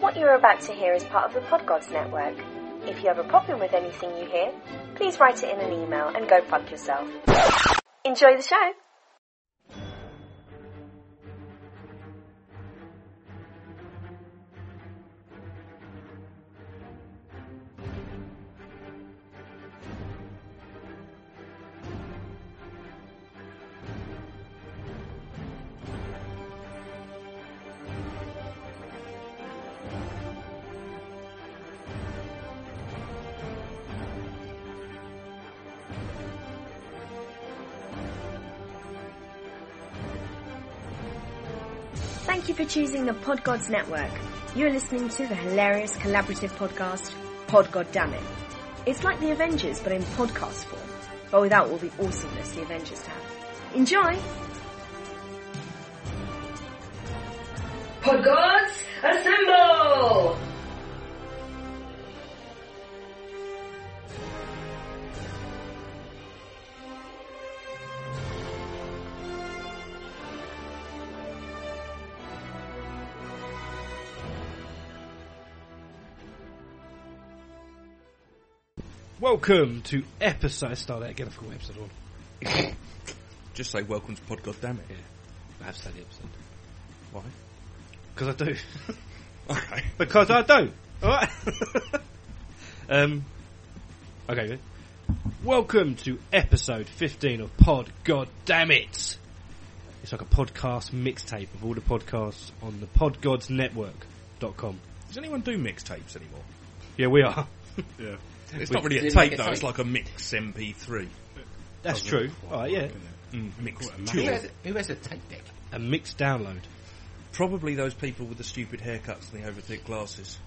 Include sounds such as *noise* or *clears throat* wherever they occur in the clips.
What you are about to hear is part of the Podgods network. If you have a problem with anything you hear, please write it in an email and go fuck yourself. Enjoy the show! Thank you for choosing the Podgods Network. You're listening to the hilarious collaborative podcast, Pod God Damn It. It's like the Avengers, but in podcast form, but without all the awesomeness the Avengers have. Enjoy! Podgods, assemble! Welcome to episode. I start that again. I forgot what episode one. *laughs* Just say welcome to Pod God Damn It. I have to say the episode Why? because I do. Okay. *laughs* because I do. All right. *laughs* um. Okay. Then. Welcome to episode fifteen of Pod. God damn it! It's like a podcast mixtape of all the podcasts on the PodGodsNetwork.com. Does anyone do mixtapes anymore? Yeah, we are. *laughs* Yeah. It's We- not really a Does tape it Oh, make a though. tape? It's like a mix MP3. That's true. All right. Yeah. Mm, mix. Who tool. has, who has a tape deck? A mixed download. Probably those people with the stupid haircuts and the overthick glasses.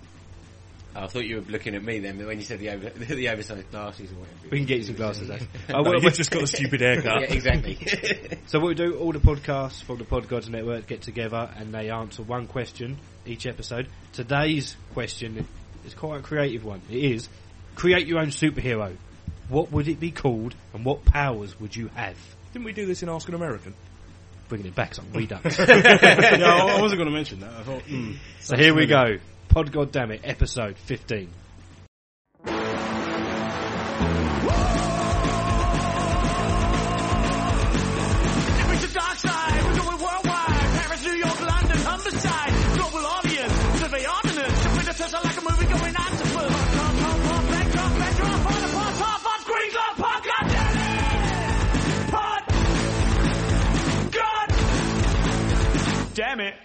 Oh, I thought you were looking at me then but when you said the over, *laughs* the oversized glasses or whatever. We can get you some *laughs* glasses. Though. I *laughs* Oh, will- well, you've *laughs* just got a stupid haircut. yeah, exactly. *laughs* So what we do, all the podcasts from the Pod Gods Network get together and they answer one question each episode. Today's question is quite a creative one. It is, create your own superhero. What would it be called and what powers would you have? Didn't we do this in Ask an American? Bringing it back, it's like *laughs* *laughs* redux. *laughs* yeah, I I wasn't going to mention that. I thought, hmm. so here we go. Pod God damn it, episode 15. It's the dark side. We're going worldwide. Paris, New York, London, Humberside. Global audience. Survey ordinance. The winner tells like a movie going on to film. Pop, pop, pop, back, drop, back, drop, on the pop, pop, pop, screens up, pop, god damn it! Pot. God. Damn it.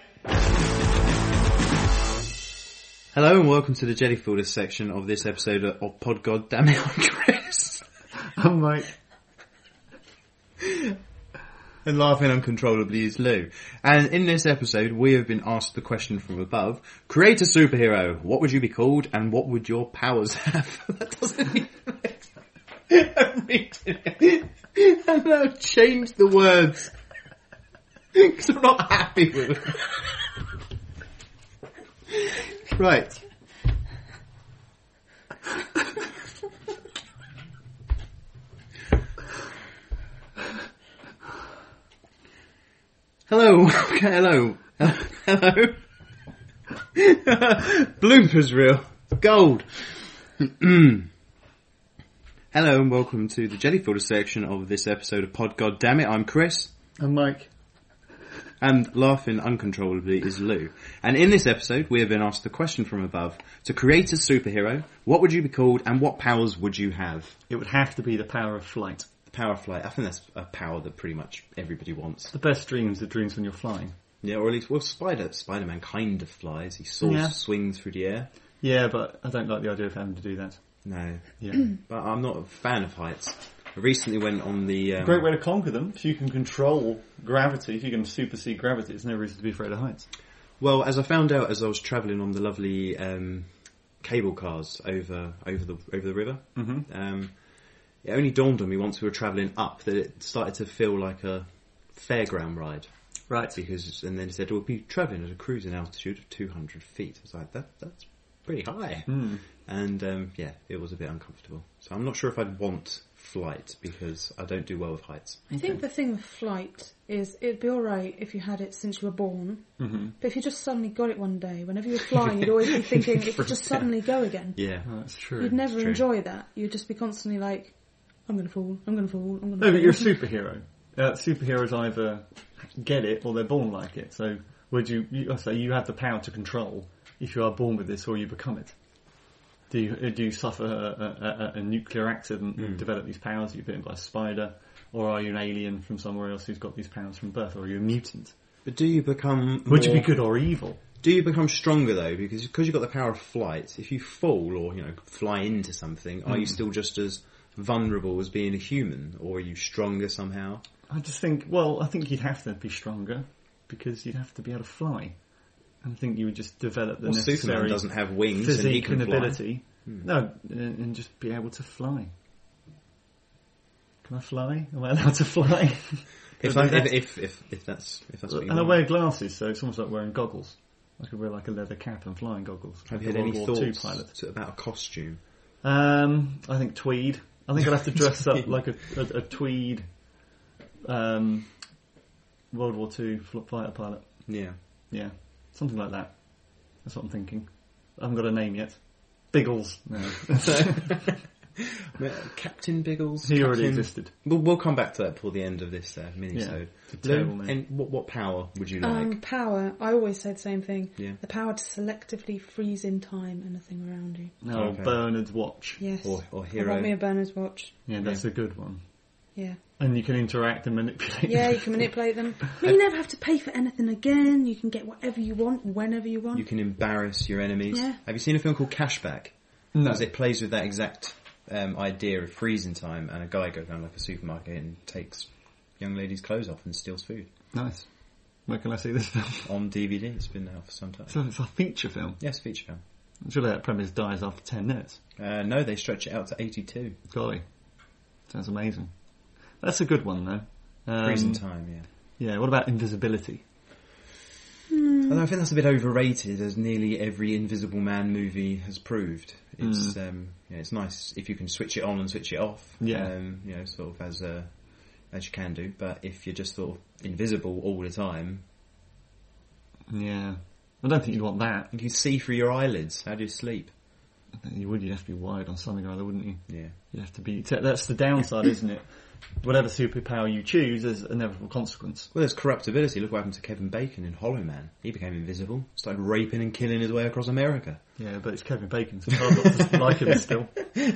Hello and welcome to the Jellyfielders section of this episode of Pod God Damn It, I'm Chris. I'm Mike. And laughing uncontrollably is Lou. And in this episode, we have been asked the question from above, create a superhero, what would you be called and what would your powers *laughs* have? that doesn't even make sense. I'm reading it. And I've changed the words. Because I'm not happy with them. Right. Hello, *laughs* okay, hello, hello. *laughs* Bloopers reel, gold. *clears throat* hello and welcome to the Jellyfilter section of this episode of Pod God Damn It. I'm Chris. And Mike, and laughing uncontrollably is Lou. And in this episode, we have been asked the question from above: to create a superhero, what would you be called, and what powers would you have? it would have to be the power of flight. Power flight. I think that's a power that pretty much everybody wants. The best dreams are dreams when you're flying. Yeah, or at least well, Spider Spider Man kind of flies. He soars, Yeah. swings through the air. Yeah, but I don't like the idea of having to do that. No, Yeah. but I'm not a fan of heights. I recently went on the um, Great way to conquer them. If you can control gravity, if you can supersede gravity, there's no reason to be afraid of heights. Well, as I found out as I was travelling on the lovely um, cable cars over over the over the river, mm-hmm. um, it only dawned on me once we were travelling up that it started to feel like a fairground ride. Right. Because and then it said we'll be travelling at a cruising altitude of 200 feet. I was like, that that's pretty high. And um, yeah, it was a bit uncomfortable. So I'm not sure if I'd want flight because I don't do well with heights. I think the thing with flight is it'd be alright if you had it since you were born, mm-hmm. but if you just suddenly got it one day, whenever you were flying, you'd *laughs* always be thinking it could just suddenly go again. Yeah. That's true. You'd never true. enjoy that. You'd just be constantly like, I'm gonna fall, I'm gonna fall, I'm gonna No, fall. but you're a superhero. Uh, superheroes either get it or they're born like it. So would you? you I say you have the power to control if you are born with this or you become it. Do you uh, do you suffer a, a, a, a nuclear accident and develop these powers? Are you bitten by a spider, or are you an alien from somewhere else who's got these powers from birth, or are you a mutant? But do you become Would you more- be good or evil? Do you become stronger though? Because because you've got the power of flight. If you fall or you know fly into something, are Hmm. you still just as vulnerable as being a human, or are you stronger somehow? I just think, well, I think you'd have to be stronger because you'd have to be able to fly. And I think you would just develop the Well, necessary Superman doesn't have wings and he physique can and fly. Hmm. ability. No, and, and just be able to fly. Can I fly? Am I allowed to fly? If, I, if, if, if, if that's if that's what you and I want. wear glasses, so it's almost like wearing goggles. I could wear like a leather cap and flying goggles. have you like had a World any War II thoughts pilot. to- about a costume? Um, I think tweed. I think I'd *laughs* have to dress up like a, a, a tweed um, World War II fl- fighter pilot. Yeah. Yeah, something like that. That's what I'm thinking. I haven't got a name yet. Biggles. *laughs* No, Uh, Captain Biggles. he already Captain- existed. We'll, we'll come back to that before the end of this uh, mini-sode. Yeah, it's a Lou, terrible name. and what, what power would you like? Um, power. I always say the same thing. Yeah. The power to selectively freeze in time and nothing around you. No, Okay. Bernard's watch. Yes. Or- or I Oh, hero. want me a Bernard's watch. Yeah, that's a good one. *laughs* Yeah. And you can interact and manipulate. Yeah, you can manipulate them. But you never have to pay for anything again. You can get whatever you want, whenever you want. you can embarrass your enemies. Yeah. Have you seen a film called Cashback? No. Because it plays with that exact um, idea of freezing time, and a guy goes around like a supermarket and takes young ladies' clothes off and steals food *laughs* Nice. Where can I see this film? on DVD. It's been out for some time. So it's a feature film. Yes, feature film. Surely that premise dies after ten minutes. Uh, no, they stretch it out to 82. Golly, sounds amazing. That's a good one though. Um, Freezing time, yeah. Yeah. What about invisibility? Hmm. Although I think that's a bit overrated, as nearly every Invisible Man movie has proved. It's um, yeah, it's nice if you can switch it on and switch it off. Mm. Yeah. um, you know, sort of as uh, as you can do. But if you're just sort of invisible all the time, Yeah. I don't think you'd want that. You can see through your eyelids. How do you sleep? You would. You'd have to be wired on something or other, wouldn't you? Yeah. You have to be. so That's the downside, isn't it? Whatever superpower you choose, there's an inevitable consequence. Well, there's corruptibility. Look what happened to Kevin Bacon in Hollow Man. He became invisible, started raping and killing his way across America. Yeah, but it's Kevin Bacon, so it's hard not to like him *laughs* still. You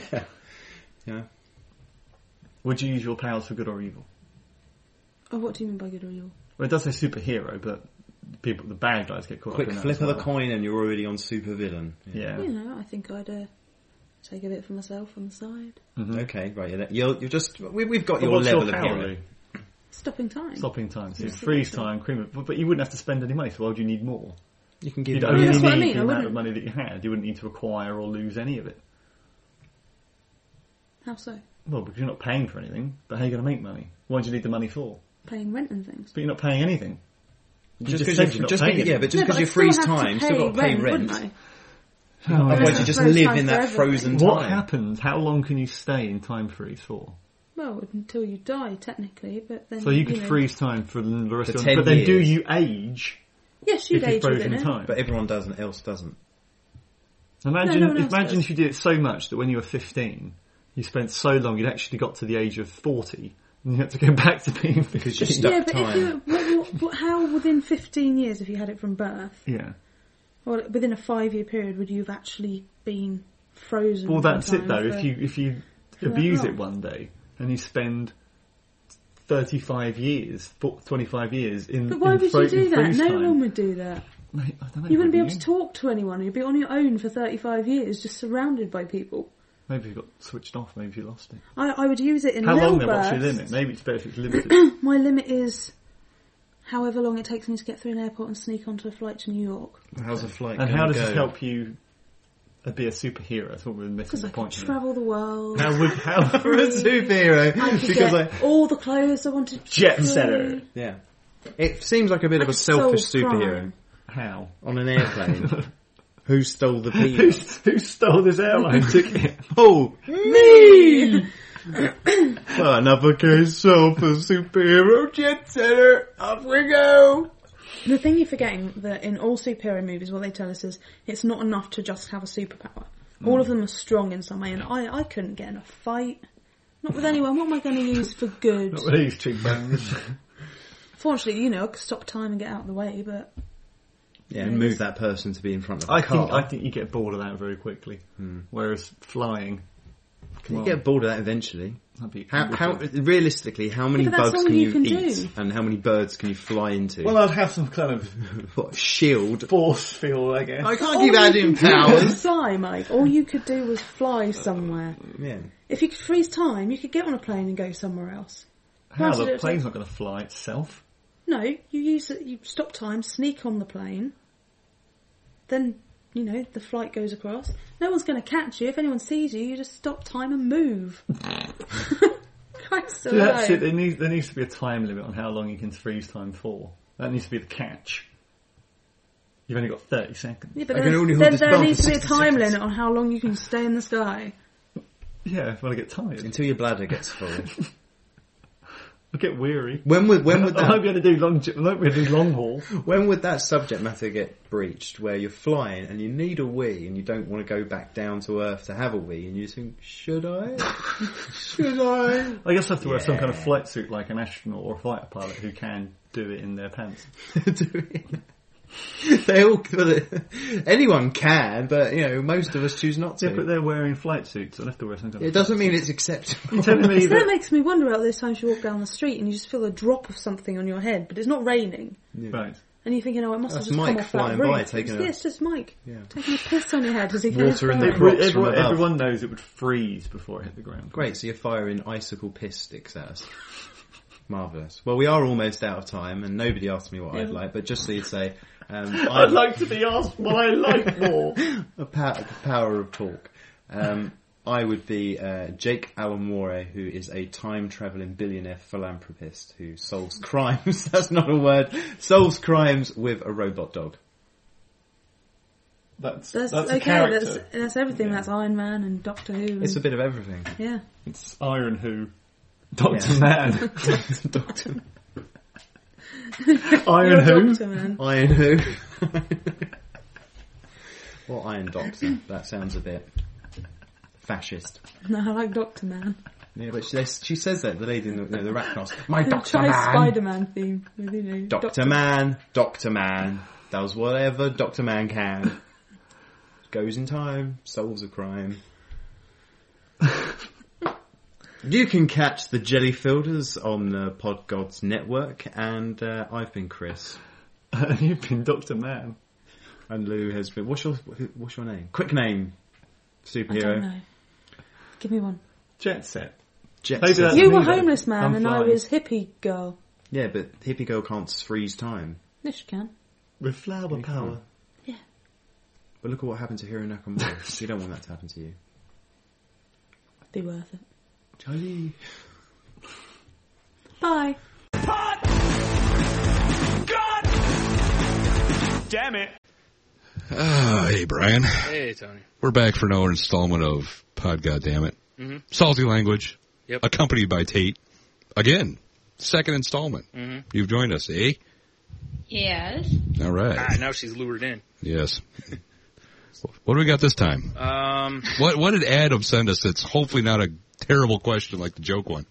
know? Would you use your powers for good or evil? Oh, what do you mean by good or evil? Well, it does say superhero, but people, the bad guys get caught Quick up in that flip as of the well. coin and you're already on supervillain. Yeah. You know, I think I'd uh, take a bit for myself on the side. Okay, right. You're, you're, you're just we, we've got Mm-hmm. But your what's level your of power, hero. Lou? Stopping time. Stopping time. So Yeah. it's freeze time, cream of, but, but you wouldn't have to spend any money, so why would you need more? You can give You'd that- only that's need what I mean, the I amount of wouldn't- money that you had. You wouldn't need to acquire or lose any of it. How so? Well, because you're not paying for anything, but how are you going to make money? What do you need the money for? Paying rent and things. But you're not paying anything. You just just because said you you're not just paying because- yeah, it. but No, just but because I you freeze still have to time, still got to pay rent. Oh, wouldn't Otherwise, Yeah. you just Freeze live time in that forever. frozen What time. happens? How long can you stay in time freeze I? for? Well, until you die, technically, but then. So you could know- freeze time for the rest For of 10 But then do years. you age Yes, you'd if you're age within frozen it. time? But everyone doesn't. Else doesn't. Imagine, No, no one else imagine does. if you did it so much that when you were 15, you spent so long you'd actually got to the age of 40 and you had to go *laughs* back to being 15. Because you're Yeah, stuck but if time. you, what, what, what, how within 15 years, if you had it from birth, Yeah. or within a five-year period, would you have actually been frozen? Well, in that's it time though. for- If you, if you that abuse it long. one day and you spend 35 years, fo- 25 years in But why in would fro- you in do that? freeze No time. one would do that. Mate, I don't know, You wouldn't be able would to talk to anyone. You'd be on your own for 35 years, just surrounded by people. Maybe you got switched off, maybe you lost it. I, I would use it in How little long then? What's your bursts. limit? Maybe it's better if *coughs* it's *clears throat* limited. My limit is however long it takes me to get through an airport and sneak onto a flight to New York. How's a flight? and gonna how does go? this help you uh, be a superhero? I thought we were missing Because the I could point. here. travel the world. How *laughs* would how For a superhero, I *laughs* could because I, get all the clothes I wanted. Jet free. setter. Yeah. It seems like a bit of a Like selfish soul superhero crime. how? on *laughs* an airplane. Who stole the Who, peanut? *laughs* Oh, who stole this airline ticket? oh, me! Another case of a superhero jet setter. Off we go. The thing you're forgetting that in all superhero movies, what they tell us is it's not enough to just have a superpower. All Mm. of them are strong in some way, and I, I couldn't get in a fight. Not with anyone. What am I going to use for *laughs* good? These two bangs. Fortunately, you know, I could stop time and get out of the way, but Yeah, and move that person to be in front of a I car. Hmm. think I think you get bored of that very quickly. Whereas flying, come you on, get bored of that eventually. that'd be How, how awful. realistically, how many Yeah, but that's bugs all can you you, can eat, do. and how many birds can you fly into? Well, I'd have some kind of *laughs* what, shield. force field, I guess. I can't All keep you adding could do *laughs* powers. was Fly, Mike. All you could do was fly somewhere. yeah. If you could freeze time, you could get on a plane and go somewhere else. How Granted, the it's plane's not going to fly itself. No, you use it. You stop time, sneak on the plane. Then you know the flight goes across. No one's going to catch you. If anyone sees you, you just stop time and move. Christ That's it. alive. There needs, there needs to be a time limit on how long you can freeze time for. That needs to be the catch. You've only got 30 seconds. Yeah, but I can there's- only hold then this there belt needs for to be a 60 time limit on how long you can stay in the sky. Yeah, when I get tired. Until your bladder gets full. *laughs* I get weary. when would *laughs* when would I won't be that able to do long, I won't be able to do long haul. when would that subject matter get breached? Where you're flying and you need a wee and you don't want to go back down to Earth to have a wee, and you think, should I? *laughs* should I? I guess I have to wear some kind of flight suit like an astronaut or a fighter pilot who can do it in their *laughs* pants. doing. They all, anyone can, but you know, most of us choose not Yeah, but to. they're wearing flight suits. I'd have to wear some kind It of... doesn't mean it's acceptable. You're telling me So that that... makes me wonder about those times you walk down the street and you just feel a drop of something on your head, but it's not raining. Right. And you're thinking, oh, it must That's have just Mike come off flying that roof. by, taking it's, yeah, a- it's just Mike Yeah. taking a piss on your head as he goes Water in by. the Everyone- Rocks from everyone, above. everyone knows it would freeze before it hit the ground. Great, so you're firing icicle piss sticks at us. *laughs* Marvellous. Well, we are almost out of time, and nobody asked me what I'd like, but just so you say, *laughs* um, I'd like to be asked what I like *laughs* more. the, pow- the power of talk. Um, I would be uh, Jake Alan Moore, who is a time traveling billionaire philanthropist who solves *laughs* crimes. That's not a word. Solves crimes with a robot dog. That's, That's, that's, a okay. character. That's that's everything. That's Iron Man and Doctor Who. And, It's a bit of everything. yeah, *laughs* It's Iron Who. Doctor Yeah. Man. Doctor Iron You're a Who. Doctor Man. Iron Who. *laughs* or Iron Doctor. That sounds a bit fascist. No, I like Doctor Man. Yeah, but she, she says that the lady in the, no, the rat mask. *laughs* My Doctor Try Man, Spider Man theme with you know Doctor Man, Doctor Man does whatever Doctor Man *laughs* can. Goes in time, solves a crime. *laughs* you can catch the Jelly Fielders on the Pod Gods Network, and uh, I've been Chris, *laughs* And you've been Doctor Man. and Lou has been. What's your who- What's your name? Quick name, I don't superhero. know. Give me one. Jet Set. Jet Maybe Set. that's You me were then. homeless man, I'm and I flying. was hippie girl. Yeah, but hippie girl can't freeze time. Yes, you can. With flower power. But look at what happened to Hiro Nakamura. you don't want that to happen to you. Be worth it. Jolie. Bye. Damn it. Ah, hey, Brian. Hey, Tony. We're back for another installment of Pod Goddamn It. Mhm. Salty language. Yep. Accompanied by Tate. Again, second installment. Mhm. You've joined us, eh? Yes. All right. Ah, now she's lured in. Yes. *laughs* what do we got this time? Um, What What did Adam send us? That's hopefully not a terrible question like the joke one.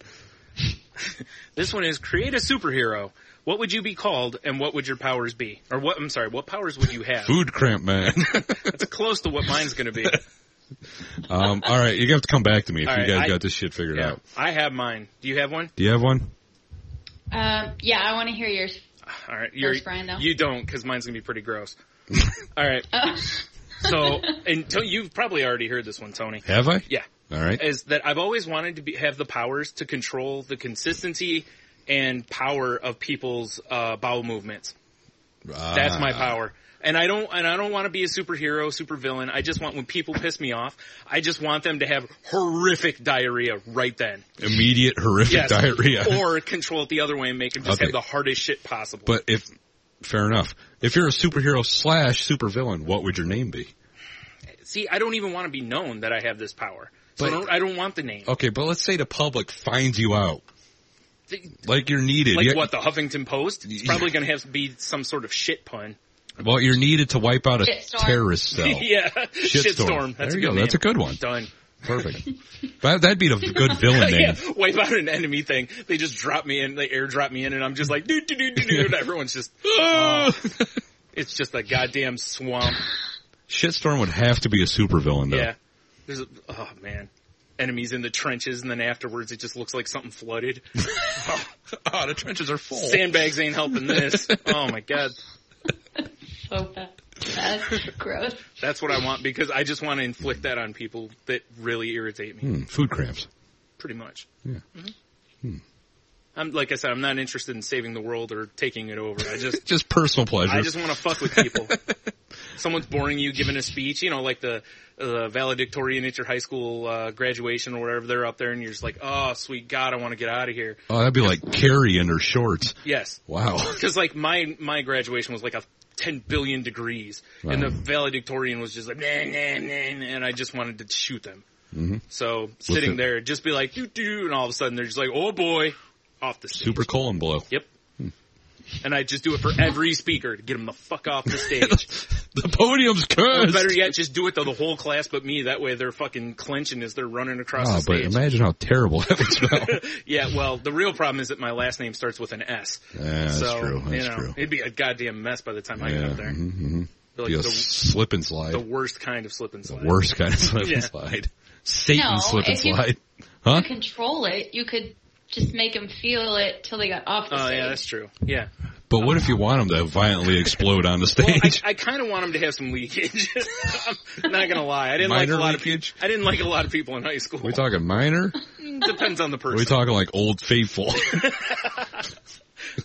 this one is create a superhero. What would you be called, and what would your powers be? Or what? I'm sorry, what powers would you have? Food *laughs* cramp man. That's close to what mine's going to *laughs* be. um, all right, you have to come back to me if All you right, guys I- got this shit figured Yeah, out. I have mine. Do you have one? Do you have one? Um, yeah, I want to hear yours. All right, you're, First, Brian, though. you don't, because mine's going to be pretty *laughs* gross. All right, Oh. *laughs* so and Tony, you've probably already heard this one, Tony. Have I? Yeah. All right. is that I've always wanted to be, have the powers to control the consistency and power of people's uh, bowel movements. That's my Ah. power. And I don't and I don't want to be a superhero, supervillain. I just want when people piss me off, I just want them to have horrific diarrhea right then. Immediate horrific Yes. diarrhea. Or control it the other way and make them just Okay. have the hardest shit possible. But if fair enough, if you're a superhero slash supervillain, what would your name be? See, I don't even want to be known that I have this power. So I But- don't, I don't want the name. Okay, but let's say the public finds you out. Like you're needed. Like You- what, the Huffington Post? It's probably going to have to be some sort of shit pun. Well, you're needed to wipe out a Shitstorm. terrorist cell. *laughs* yeah. Shitstorm. Shitstorm. That's There a you good go. name. That's a good one. Done. Perfect. that, that'd be the good *laughs* villain name. yeah, wipe out an enemy thing. They just drop me in, they airdrop me in, and I'm just like, doo doo doo doo *laughs* doo, and everyone's just, oh. it's just a goddamn swamp. Shitstorm would have to be a supervillain, though. Yeah. There's a, oh man. Enemies in the trenches and then afterwards it just looks like something *laughs* flooded. *laughs* oh, the trenches are full. Sandbags ain't helping this. *laughs* oh my god. So bad. *laughs* That's gross. That's what I want because I just want to inflict that on people that really irritate me. Hmm, food cramps. Pretty much. Yeah. Mhm. Hmm. I'm, like I said, I'm not interested in saving the world or taking it over. I just, *laughs* Just personal pleasure. I just want to fuck with people. *laughs* Someone's boring you giving a speech, you know, like the uh, valedictorian at your high school uh, graduation or whatever. They're up there, and you're just like, "Oh, sweet God, I want to get out of here." oh, that'd be like Carrie in her shorts. Yes. *laughs* Wow. Because like my my graduation was like a ten billion degrees, and the Wow. valedictorian was just like, nah, nah, nah, nah, and I just wanted to shoot them. hmm So sitting it- there, just be like, "You do," and all of a sudden they're just like, "Oh boy," off the stage. Super colon blow. Yep. And I just do it for every speaker to get them the fuck off *laughs* the stage. The podium's Or cursed. better yet, just do it to the whole class but me. That way they're fucking clenching as they're running across Oh, the but oh. stage. *laughs* imagine how terrible *laughs* that would smell. yeah, well, the real problem is that my last name starts with an S. Yeah, that's so, true, that's you know, true. it'd be a goddamn mess by the time I yeah. get up there. mhm, mhm. Be like Be a the- slip and slide. The worst kind of slip and slide. Worst kind of *laughs* slip Yeah. and slide. Satan No, slip and if you- slide. Huh? You control it. You could just make them feel it till they got off the Oh, stage. yeah, that's true. Yeah. But what if you want them to violently explode on the Well, I, stage? I kind of want them to have some leakage. *laughs* I'm not gonna lie, I didn't Minor like a lot of people. I didn't like a lot of people in high school. we talking minor? Depends on the Or person. we talking like old faithful?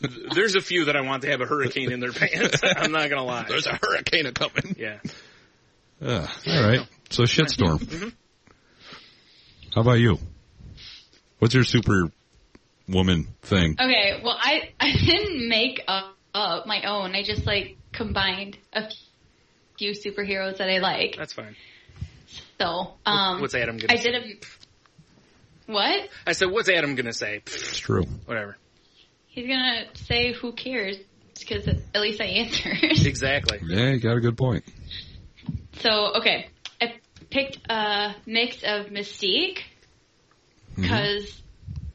*laughs* There's a few that I want to have a hurricane in their pants. *laughs* I'm not gonna lie. There's a hurricane coming. Yeah. Ugh, all right. So shitstorm. Mm-hmm. How about you? What's your super woman thing? Okay, well, I, I didn't make up, up my own. I just, like, combined a few superheroes that I like. That's fine. So, um. what's Adam gonna I did a. What? I said, "What's Adam gonna say?" It's true. Whatever. He's gonna say who cares because at least I answered. Exactly. Yeah, you got a good point. So, okay. I picked a mix of Mystique because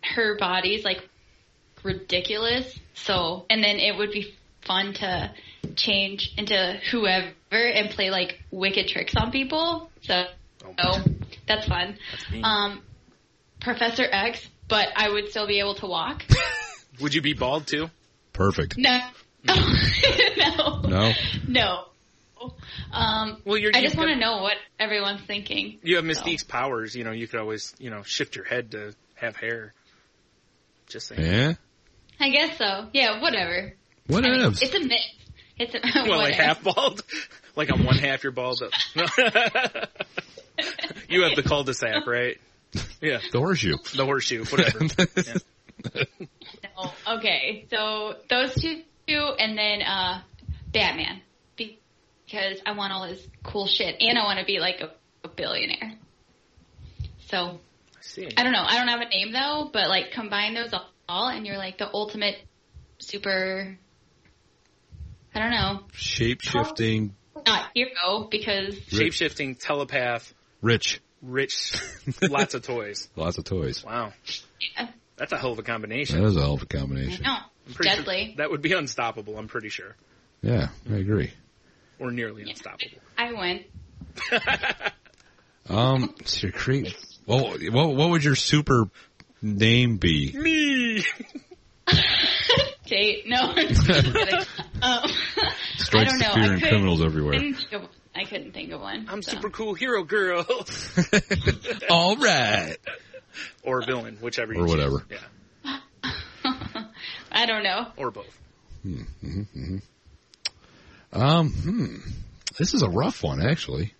her body's like ridiculous. So, and then it would be fun to change into whoever and play like wicked tricks on people. So, so that's fun. um, Professor X, but I would still be able to walk. Would you be bald too? Perfect. No. *laughs* no. No? No. Um, well, you're, I just you've want to got- know what everyone's thinking. You have Mystique's powers. You know, you could always, you know, shift your head to have hair. Just saying. Yeah? I guess so. Yeah, whatever. What I mean, ifs? It's a myth. *laughs* It's a, *laughs* Well, like whatever. half bald, *laughs* like on one half you're *laughs* bald. *laughs* Up. you have the cul-de-sac, *laughs* right? Yeah, The horseshoe. the horseshoe, *laughs* whatever. Yeah. No. Okay, so those two, two and then uh, Batman. Be- Because I want all his cool shit, and I want to be like a, a billionaire. So, see. I don't know. I don't have a name though, but like combine those all, and you're like the ultimate super. I don't know. Shape shifting. Not hero because Shape-shifting, telepath, Rich. *laughs* rich, lots of toys. Lots of toys. Wow, that's a hell of a combination. That is a hell of a I combination. know. I'm pretty sure Deadly. that would be unstoppable. I'm pretty sure, Yeah, I agree. or nearly unstoppable. I win. Um, so you're cre- well, what, what would your super name be? Me. Date? No. *laughs* I'm just kidding. um, I Strikes don't the know. fear I in couldn't- criminals everywhere. I couldn't think of, I couldn't think of one. I'm so. super cool hero girl, *laughs* *laughs* All right. or villain, whichever. You Or choose. whatever. Yeah, *laughs* I don't know. or both. Hmm, Um, hmm. This is a rough one, actually.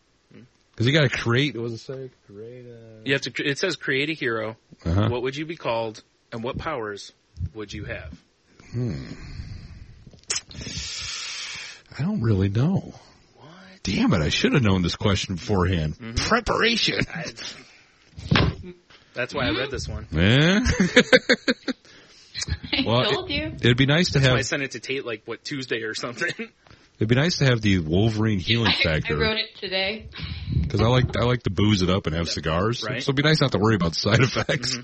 Because you got to create. What was it say? Create a. You have to. cre- It says create a hero. Uh-huh. What would you be called, and what powers would you have? Hmm. I don't really know. Mm-hmm. Damn it! I should have known this question beforehand. Preparation. That's why I read this one. Yeah. Eh? well, told you. It, would be nice to That's why I have. sent it to Tate like what Tuesday or something. *laughs* It'd be nice to have the Wolverine *laughs* healing I wrote factor it today. because I like I like to booze it up and have cigars. Right. Mm-hmm. So it'd be nice not to worry about side effects,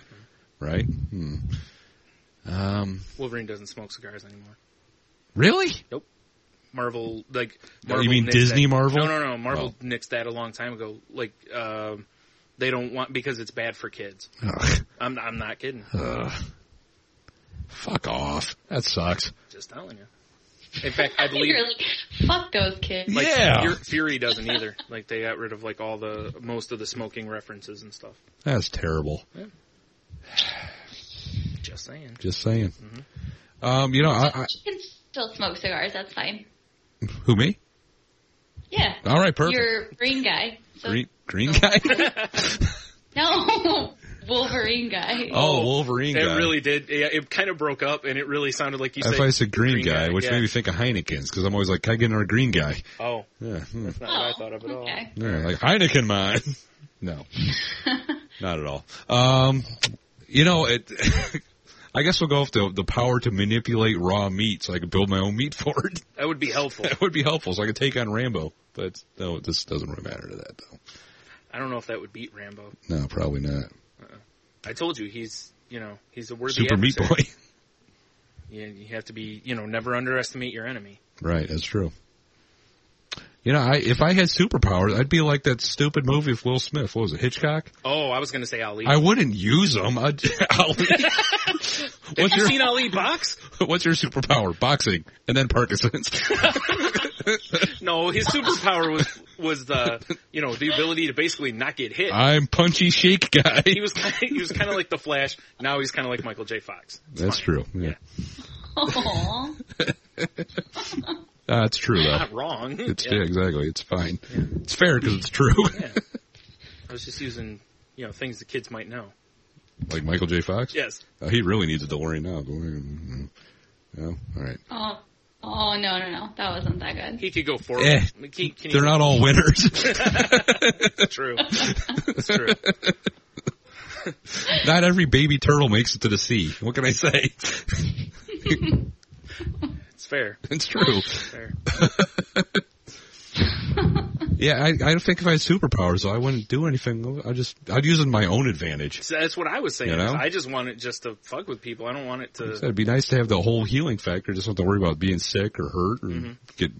right? Hmm. Um, Wolverine doesn't smoke cigars anymore. really? Nope. Marvel, like No, Marvel Oh, you mean nixed Disney that. Marvel? Oh. No, no, no. Marvel nixed that a long time ago. Like, um, they don't want because it's bad for kids. Ugh. I'm I'm not kidding. Ugh. Fuck off. That sucks. Just telling you. In fact, I believe. You're like, fuck those kids. Like, Fur- Fury doesn't either. Like they got rid of like all the most of the smoking references and stuff. That's terrible. Just saying. Just saying. Mm-hmm. Um, you know, I, You can still smoke cigars. That's fine. I, who me? Yeah. All right, perfect. You're a green guy. So, Green, *laughs* green guy. no, *laughs* Wolverine guy. Oh, Wolverine It guy. really did. Yeah, it kind of broke up, and it really sounded like you I said. thought I said green, guy, which yeah. made me think of Heineken's because I'm always like, can I get another green guy? Oh, Yeah, hmm. that's not what I thought of at all. Yeah, like Heineken mine. *laughs* No, not at all. Um, you know, it, *laughs* I guess we'll go off the the power to manipulate raw meat, so I could build my own meat *laughs* for it. That would be helpful. That would be helpful, so I could take on Rambo. But no, this doesn't really matter to that though. I don't know if that would beat Rambo. Uh-uh. No, probably not. I told you he's you know he's a worthy Super Meat adversary. Boy. *laughs* You, you have to be you know never underestimate your enemy. Right, that's true. You know, I if I had superpowers, I'd be like that stupid movie with Will Smith. What was it, Hitchcock? Oh, I was gonna say Ali. I wouldn't use them. I'd, *laughs* Ali. Have *laughs* what's you your- seen Ali box? *laughs* What's your superpower? Boxing, and then Parkinson's. No, his superpower was was the you know the ability to basically not get hit. I'm punchy shake *laughs* guy. He was kind of, he was kind of like the Flash. Now he's kind of like Michael J. Fox. That's true. Yeah, Aw. *laughs* that's true though. Not wrong. It's Yeah. yeah. exactly. It's fine. It's fair because it's true. I was just using you know things the kids might know. *laughs* like Michael J. Fox. Yes. Oh, he really needs a DeLorean now. Mm, No, all right. Oh, oh no, no, no. That wasn't that good. He could go forward. Eh, Can- can they're you- *laughs* not all *laughs* winners. true. It's true. *laughs* Not every baby turtle makes it to the sea. What can I *laughs* say? It's fair. *laughs* *laughs* It's true. Fair. *laughs* yeah, I, I don't think if I had superpowers, though, I wouldn't do anything. I just I'd use it in my own advantage. So that's what I was saying. You know? I just want it just to fuck with people. I don't want it So it'd to. be nice to have the whole healing factor. Just not to worry about being sick or hurt or Mm-hmm. get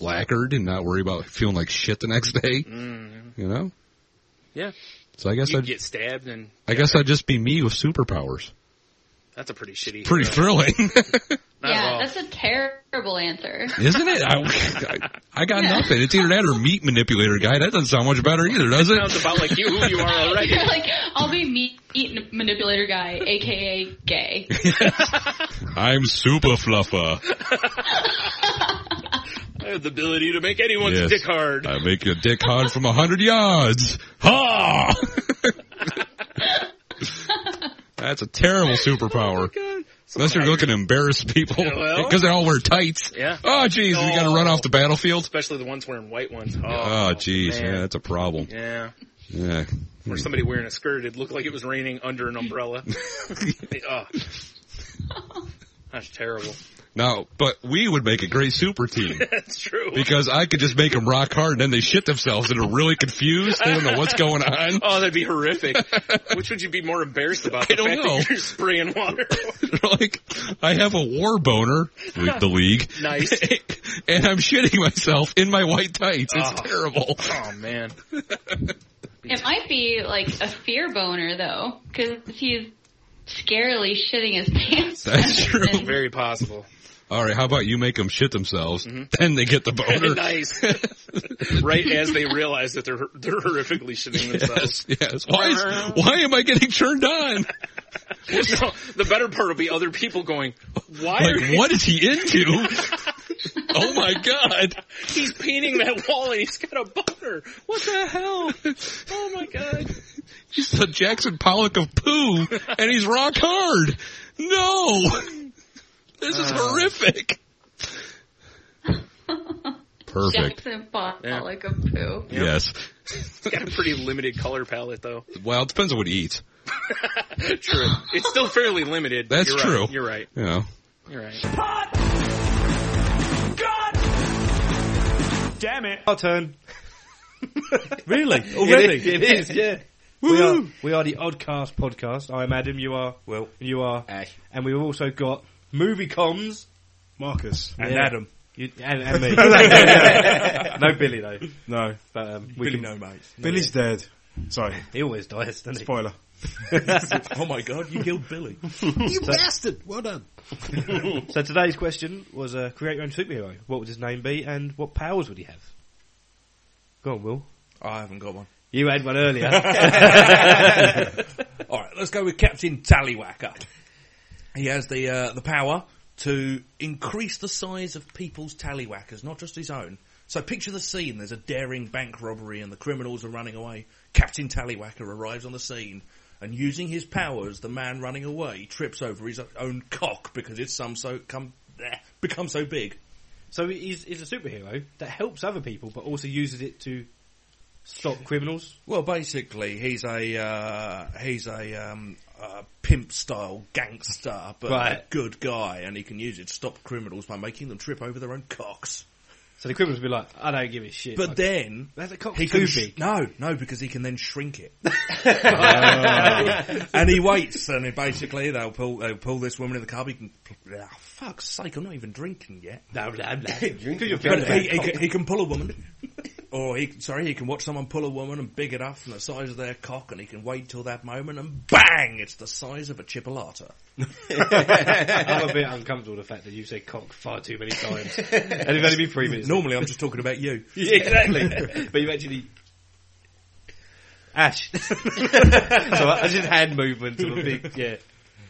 lacquered and not worry about feeling like shit the next day. Mm, You know. yeah. So I guess you I'd get stabbed, and I guess I'd just be me with superpowers. that's a pretty shitty. uh, Pretty thrilling, *laughs* Not at yeah, all. that's a terrible answer. *laughs* isn't it? I, I, I got nothing. It's either that or meat manipulator guy. That doesn't sound much better either, does it? Sounds about like you who you are already. You're like, I'll be meat eating manipulator guy, aka gay. *laughs* I'm super fluffer. I have the ability to make anyone's Yes. dick hard. I make your dick hard from a hundred yards. *laughs* Ha! That's a terrible Oh superpower. Unless you're looking to embarrass people Yeah, *laughs* well. because they all wear tights. Yeah. Oh, jeez, we got to run Oh. off the battlefield. Especially the ones wearing white ones. Oh, jeez, man. yeah, that's a problem. Yeah. Yeah. Or somebody wearing a skirt. It looked like it was raining under an *laughs* umbrella. *laughs* oh. That's terrible. No, but we would make a great super team *laughs* That's true. because I could just make them rock hard and then they shit themselves and are really confused. They don't know what's going on. *laughs* Oh, that'd be *laughs* horrific. Which would you be more embarrassed about? The I don't fact know. That you're spraying *laughs* water. They're like, I have a war boner with the league. nice. *laughs* and I'm shitting myself in my white tights. It's Oh. terrible. Oh man. *laughs* It might be like a fear boner though, because he's scarily shitting his pants. *laughs* That's true. Very possible. All right, how about you make them shit themselves, Mm-hmm. then *laughs* they get the boner. *laughs* nice. right as they realize that they're they're horrifically shitting themselves. Yes, yes. Why, is, why am I getting turned on? *laughs* No, the better part will be other people going, "Why are Like, you, what is *laughs* he into? oh my god. he's painting that wall and he's got a boner? What the *laughs* hell? Oh my god! He's the Jackson Pollock of poo, and he's rock hard. No, this Uh. is horrific. Perfect. Jackson Pollock of poo. Yes. It's got a pretty limited color palette, *laughs* though. Well, it depends on what he eats. True. It's still fairly limited. That's You're true. Right. You're right. You know. You're right. Damn it! Our turn. *laughs* really? Already? It is. It is, yeah. We are, we are the Oddcast podcast. I am Adam. You are Will. You are Ash. And we've also got movie comms. Marcus And Adam. You, and, and me. *laughs* no Billy though. No. But um, Billy no, mate. Billy's dead. Sorry. He always dies. Doesn't he? Spoiler. *laughs* oh my God, you killed Billy. You bastard! Well done. *laughs* so today's question was: uh, create your own superhero. What would his name be, and what powers would he have? Go on, Will. I haven't got one. You had one *laughs* earlier. *laughs* All right, let's go with Captain Tallywhacker. He has the uh, the power to increase the size of people's tallywhackers, not just his own. So picture the scene: there's a daring bank robbery, and the criminals are running away. Captain Tallywhacker arrives on the scene, and using his powers, the man running away trips over his own cock because it's some so come bleh, become so big. So he's, he's a superhero that helps other people, but also uses it to stop criminals. Well, basically, he's a uh, he's a um, uh, pimp style gangster, but a Right. good guy, and he can use it to stop criminals by making them trip over their own cocks. So the criminals will be like, "I don't give a shit." But Like, then that's a cock he too can sh- big. No, no, because he can then shrink *laughs* it. and he waits, and he basically they'll pull they'll pull this woman in the car. He can, oh, fuck's sake, I'm not even drinking yet. *laughs* No, I'm not. But he, he, can, he can pull a woman, or he can- sorry, he can watch someone pull a woman and big it up from the size of their cock, and he can wait till that moment, and bang, it's the size of a *laughs* chipolata. *laughs* I'm a bit uncomfortable with the fact that you say cock far too many times, and it's only been three minutes. Normally, I'm just talking about you. *laughs* yeah, exactly. but you actually. *laughs* Ash. so that's his hand movement of a big, yeah.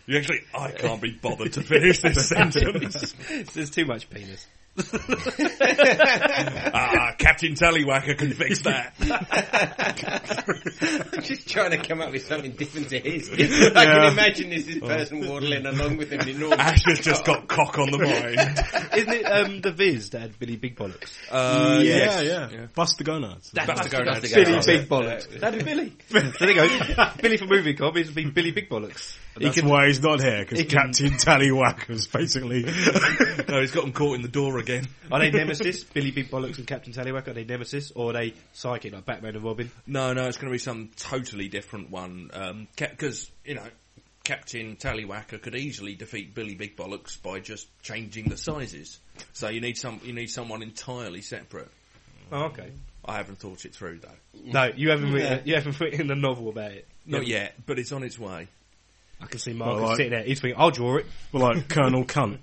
You actually, I can't be bothered to finish this sentence. *laughs* There's too much penis. *laughs* ah, Captain Tallywhacker can *laughs* fix that. I'm just trying to come up with something different *laughs* to his. I can imagine this, this person waddling along with him. *laughs* Enormous Ash has just got cock on the mind. *laughs* *laughs* Mm, Isn't it um, the Viz that had Billy Big Bollocks? Uh, Yeah, yeah. Bust the gonads. That's Basta Gonads. Billy That's Big it. Bollocks. That'd *laughs* be Billy. so there you go. *laughs* Billy from Movie Cop is be Billy Big Bollocks. He That's can- why he's not here, because he can- Captain Tallywhacker's basically... *laughs* no, he's got him caught in the door again. Are they Nemesis? Billy Big Bollocks and Captain Tallywhack, are they Nemesis? Or are they psychic like Batman and Robin? No, no, it's going to be some totally different one. Because, Um, you know, Captain Tallywhacker could easily defeat Billy Big Bollocks by just changing the sizes. So you need some, you need someone entirely separate. Oh, okay. I haven't thought it through though. No, you haven't written, you haven't written a novel about it. Not yet, but it's on its way. I can see Marcus Well, like- sitting there. He's thinking, I'll draw it. Well, *laughs* like Colonel Cunt.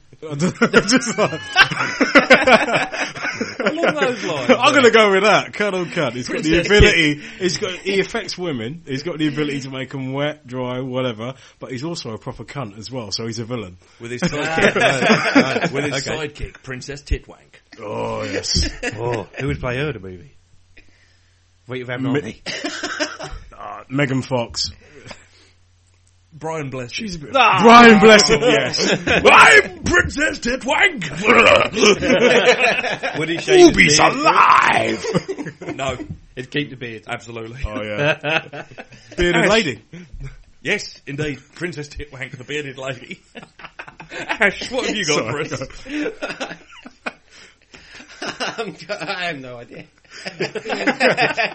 *laughs* *laughs* Along those lines. I'm gonna go with that. Colonel Cunt. He's got the Princess ability. He's got. He affects women. He's got the ability to make them wet, dry, whatever. But he's also a proper cunt as well. So he's a villain. With *laughs* his *laughs* sidekick, with his Okay. sidekick, Princess Titwank. Oh *laughs* yes. Oh, who would play her in the movie? Wait, Van *laughs* Me- Ah, Megan Fox. Brian Blessed. She's *laughs* a bit. *laughs* Ah. Brian Blessed. *laughs* Yes. I'm Princess *laughs* Titwank! Would he shave Oobies his beard? *laughs* alive! *laughs* no, It'd keep the beard. absolutely. Oh yeah. *laughs* Bearded lady. Yes, indeed. Princess Titwank, the bearded lady. *laughs* Ash, what have you got Sorry, for us? *laughs* *laughs* I'm, I have no idea. *laughs*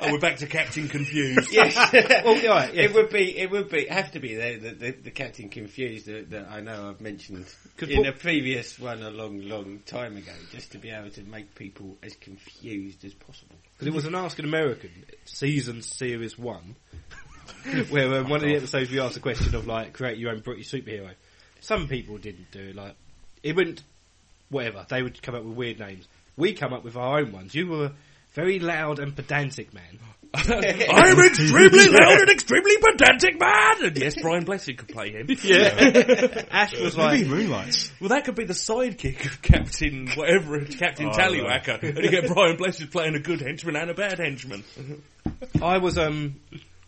Oh, we're back to Captain Confused. Yes. *laughs* Well, *laughs* yeah, right, yeah. It would be. It would be. Have to be the the, the, the Captain Confused that, that I know I've mentioned 'Cause in what- a previous one a long, long time ago, just to be able to make people as confused as possible. Because it was an Ask an American season series one, *laughs* where um, one of the episodes we asked the question of like create your own British superhero. Some people didn't do it. Like it wouldn't, whatever. They would come up with weird names. We come up with our own ones. You were a very loud and pedantic man. *laughs* I'm extremely loud and extremely pedantic man! And yes, Brian Blessed could play him. *laughs* Yeah. *laughs* Ash was Maybe like, moonlights. Well, that could be the sidekick of Captain whatever, Captain Oh, Tallywhacker. And you get Brian Blessed playing a good henchman and a bad henchman. I was um,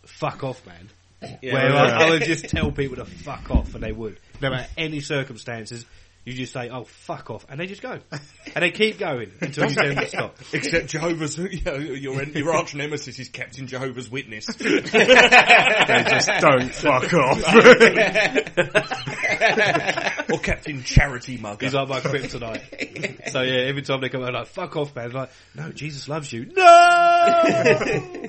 fuck off, man. *coughs* Yeah. *laughs* Where I, I would just tell people to fuck off, and they would, no matter any circumstances. you just say, "Oh fuck off," and they just *laughs* go, and they keep going until you tell them to stop. *laughs* Except *laughs* Jehovah's, *laughs* you know, your, en- your arch nemesis is Captain Jehovah's *laughs* Witness. they just don't fuck off. *laughs* or Captain Charity Mugger. He's like my *laughs* kryptonite. so yeah, every time they come, I'm like, "Fuck off, man!" Like, no, Jesus loves *laughs* you. No. Uh,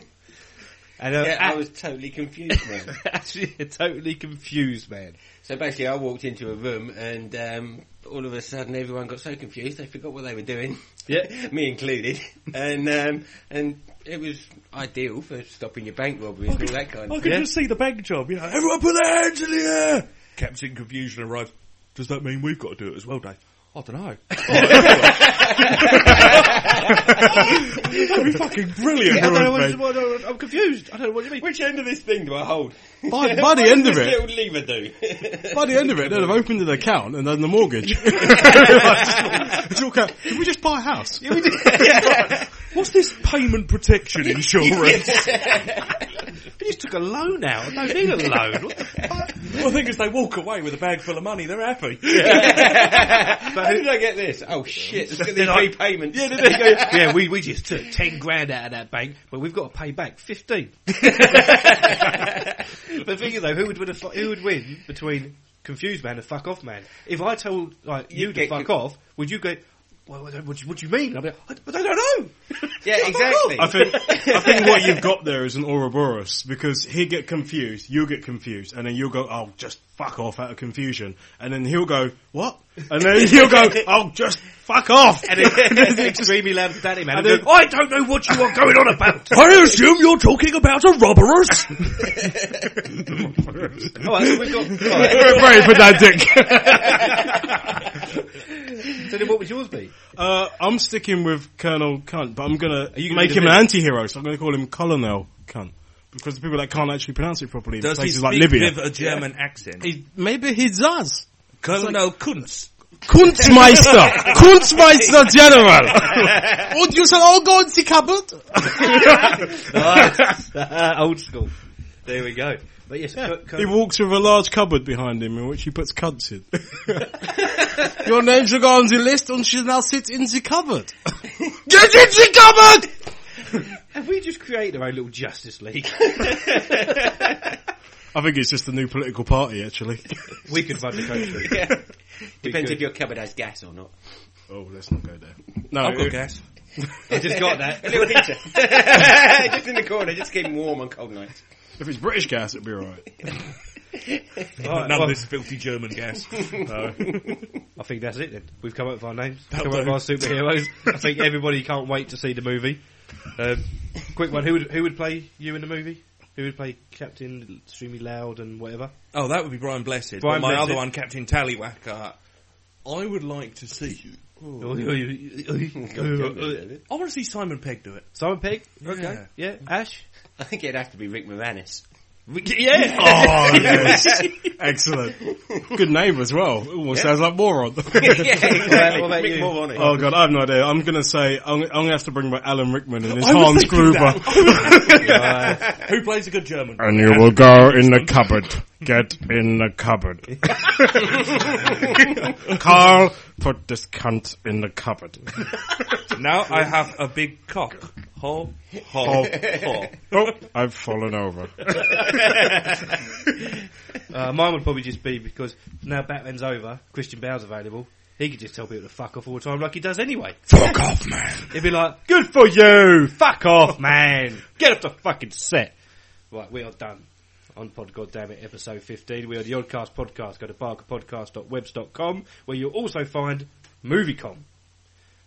And, uh, yeah, I- I was totally confused, man. *laughs* Actually, totally confused, man. So basically, I walked into a room, and um, all of a sudden, everyone got so confused they forgot what they were doing. Yeah, *laughs* me included. And um, and it was ideal for stopping your bank robberies and all that kind I of can thing. just see the bank job, you know, everyone put their hands in the air! Captain Confusion arrives. Does that mean we've got to do it as well, Dave? I don't *laughs* know. Oh, That'd be fucking *laughs* brilliant. I don't know what, what, I'm confused. I don't know what you mean. Which end of this thing do I hold? By- *laughs* by the end of What does it- this little lever do? By the end of it, they'd have opened an account and then the mortgage. *laughs* *laughs* It's all ca- Can we just buy a house? *laughs* *laughs* What's this payment protection *laughs* insurance? *laughs* You just took a loan out. I don't need a loan. What the fuck? Well, the thing is, they walk away with a bag full of money. They're happy. *laughs* How did I get this? Oh shit! Look at They're these like- repayments. Yeah, they- they go, *laughs* yeah, we, we just took 10 grand out of that bank, but we've got to pay back *laughs* 15. the thing is though, who would win, a, fu- who would win between confused man and fuck off man? If I told like, you, You'd to get fuck con- off, would you go, well, what, what, do you- what do you mean? I'd be like, I, I don't know. *laughs* *laughs* Yeah, exactly. I think I think what *laughs* you've got there is an Ouroboros because he'll get confused, you'll get confused, and then you'll go, "Oh, just fuck off out of confusion," and then he'll go, "What?" and then he'll go, "Oh, just fuck off," And *laughs* then it's screamy loud to daddy man. And go, I don't know what you are going on about. I assume you're talking about a robberous. *laughs* All right, so we've *laughs* got. all right. We're very pedantic. *laughs* so then, what would yours be? Uh, I'm sticking *laughs* with Colonel Cunt, but I'm gonna you gonna make do him the an bit? anti-hero, so I'm gonna call him Colonel Cunt. Because the people that can't actually pronounce it properly, in Does he places speak like Libya. with a German accent? He- maybe he does. Colonel Kunz. *laughs* Kunstmeister! Kunstmeister General! Und you shall all go in the cupboard? Uh, *laughs* old school. There we go. But yes, Co- Co- He walks with a large cupboard behind him in which he puts cunts in. *laughs* Your name shall go on the list and shall now sit in the cupboard. Get in the cupboard! have we just created our own little Justice *laughs* League? I think it's just a new political party, actually. *laughs* we could run the country. *laughs* Yeah. Depends could. if your cupboard has *laughs* gas or not. Oh, let's not go there. No, I've *laughs* got gas. I just got that. A little heater, *laughs* just in the corner, just keep 'em warm on cold nights. if it's British gas, it'd be alright. *laughs* All right, None well, of this filthy German *laughs* gas. Uh, I think that's it then. We've come up with our names, That'll come up with do. our superheroes. I think everybody can't wait to see the movie. Um, quick one, who would who would play you in the movie? Who would play Captain Extremely Loud and whatever? Oh, that would be Brian Blessed. Brian Brian my Blessed. other one, Captain Tallywacker. I would like to see Oh, you. Simon I want to see Simon Pegg do it. Pegg? Okay. Yeah. Ash? I think it'd have to be Rick Moranis. Yeah! Oh, *laughs* yes. *laughs* Excellent. Good name as well. Almost sounds like moron. *laughs* What about Rick you? Moranis. oh god, I have no idea. I'm gonna say, I'm, I'm gonna have to bring back Alan Rickman and his Hans Gruber. *laughs* Who plays a good German? and *laughs* you will go in the cupboard. Get in the cupboard. Carl, put this cunt in the cupboard. Now I have a big cock. Ho, ho, *laughs* ho. Oh, I've fallen over. *laughs* Uh, mine would probably just be because now Batman's over, Christian Bale's available. He could just tell people to fuck off all the time like he does anyway. Fuck off, man. He'd be like, good for you! Fuck off, man! Get off the fucking set! Right, we are done. On Pod Goddamn It, episode 15. We are the Oddcast Podcast. Go to barkerpodcast.webs.com where you'll also find MovieCom.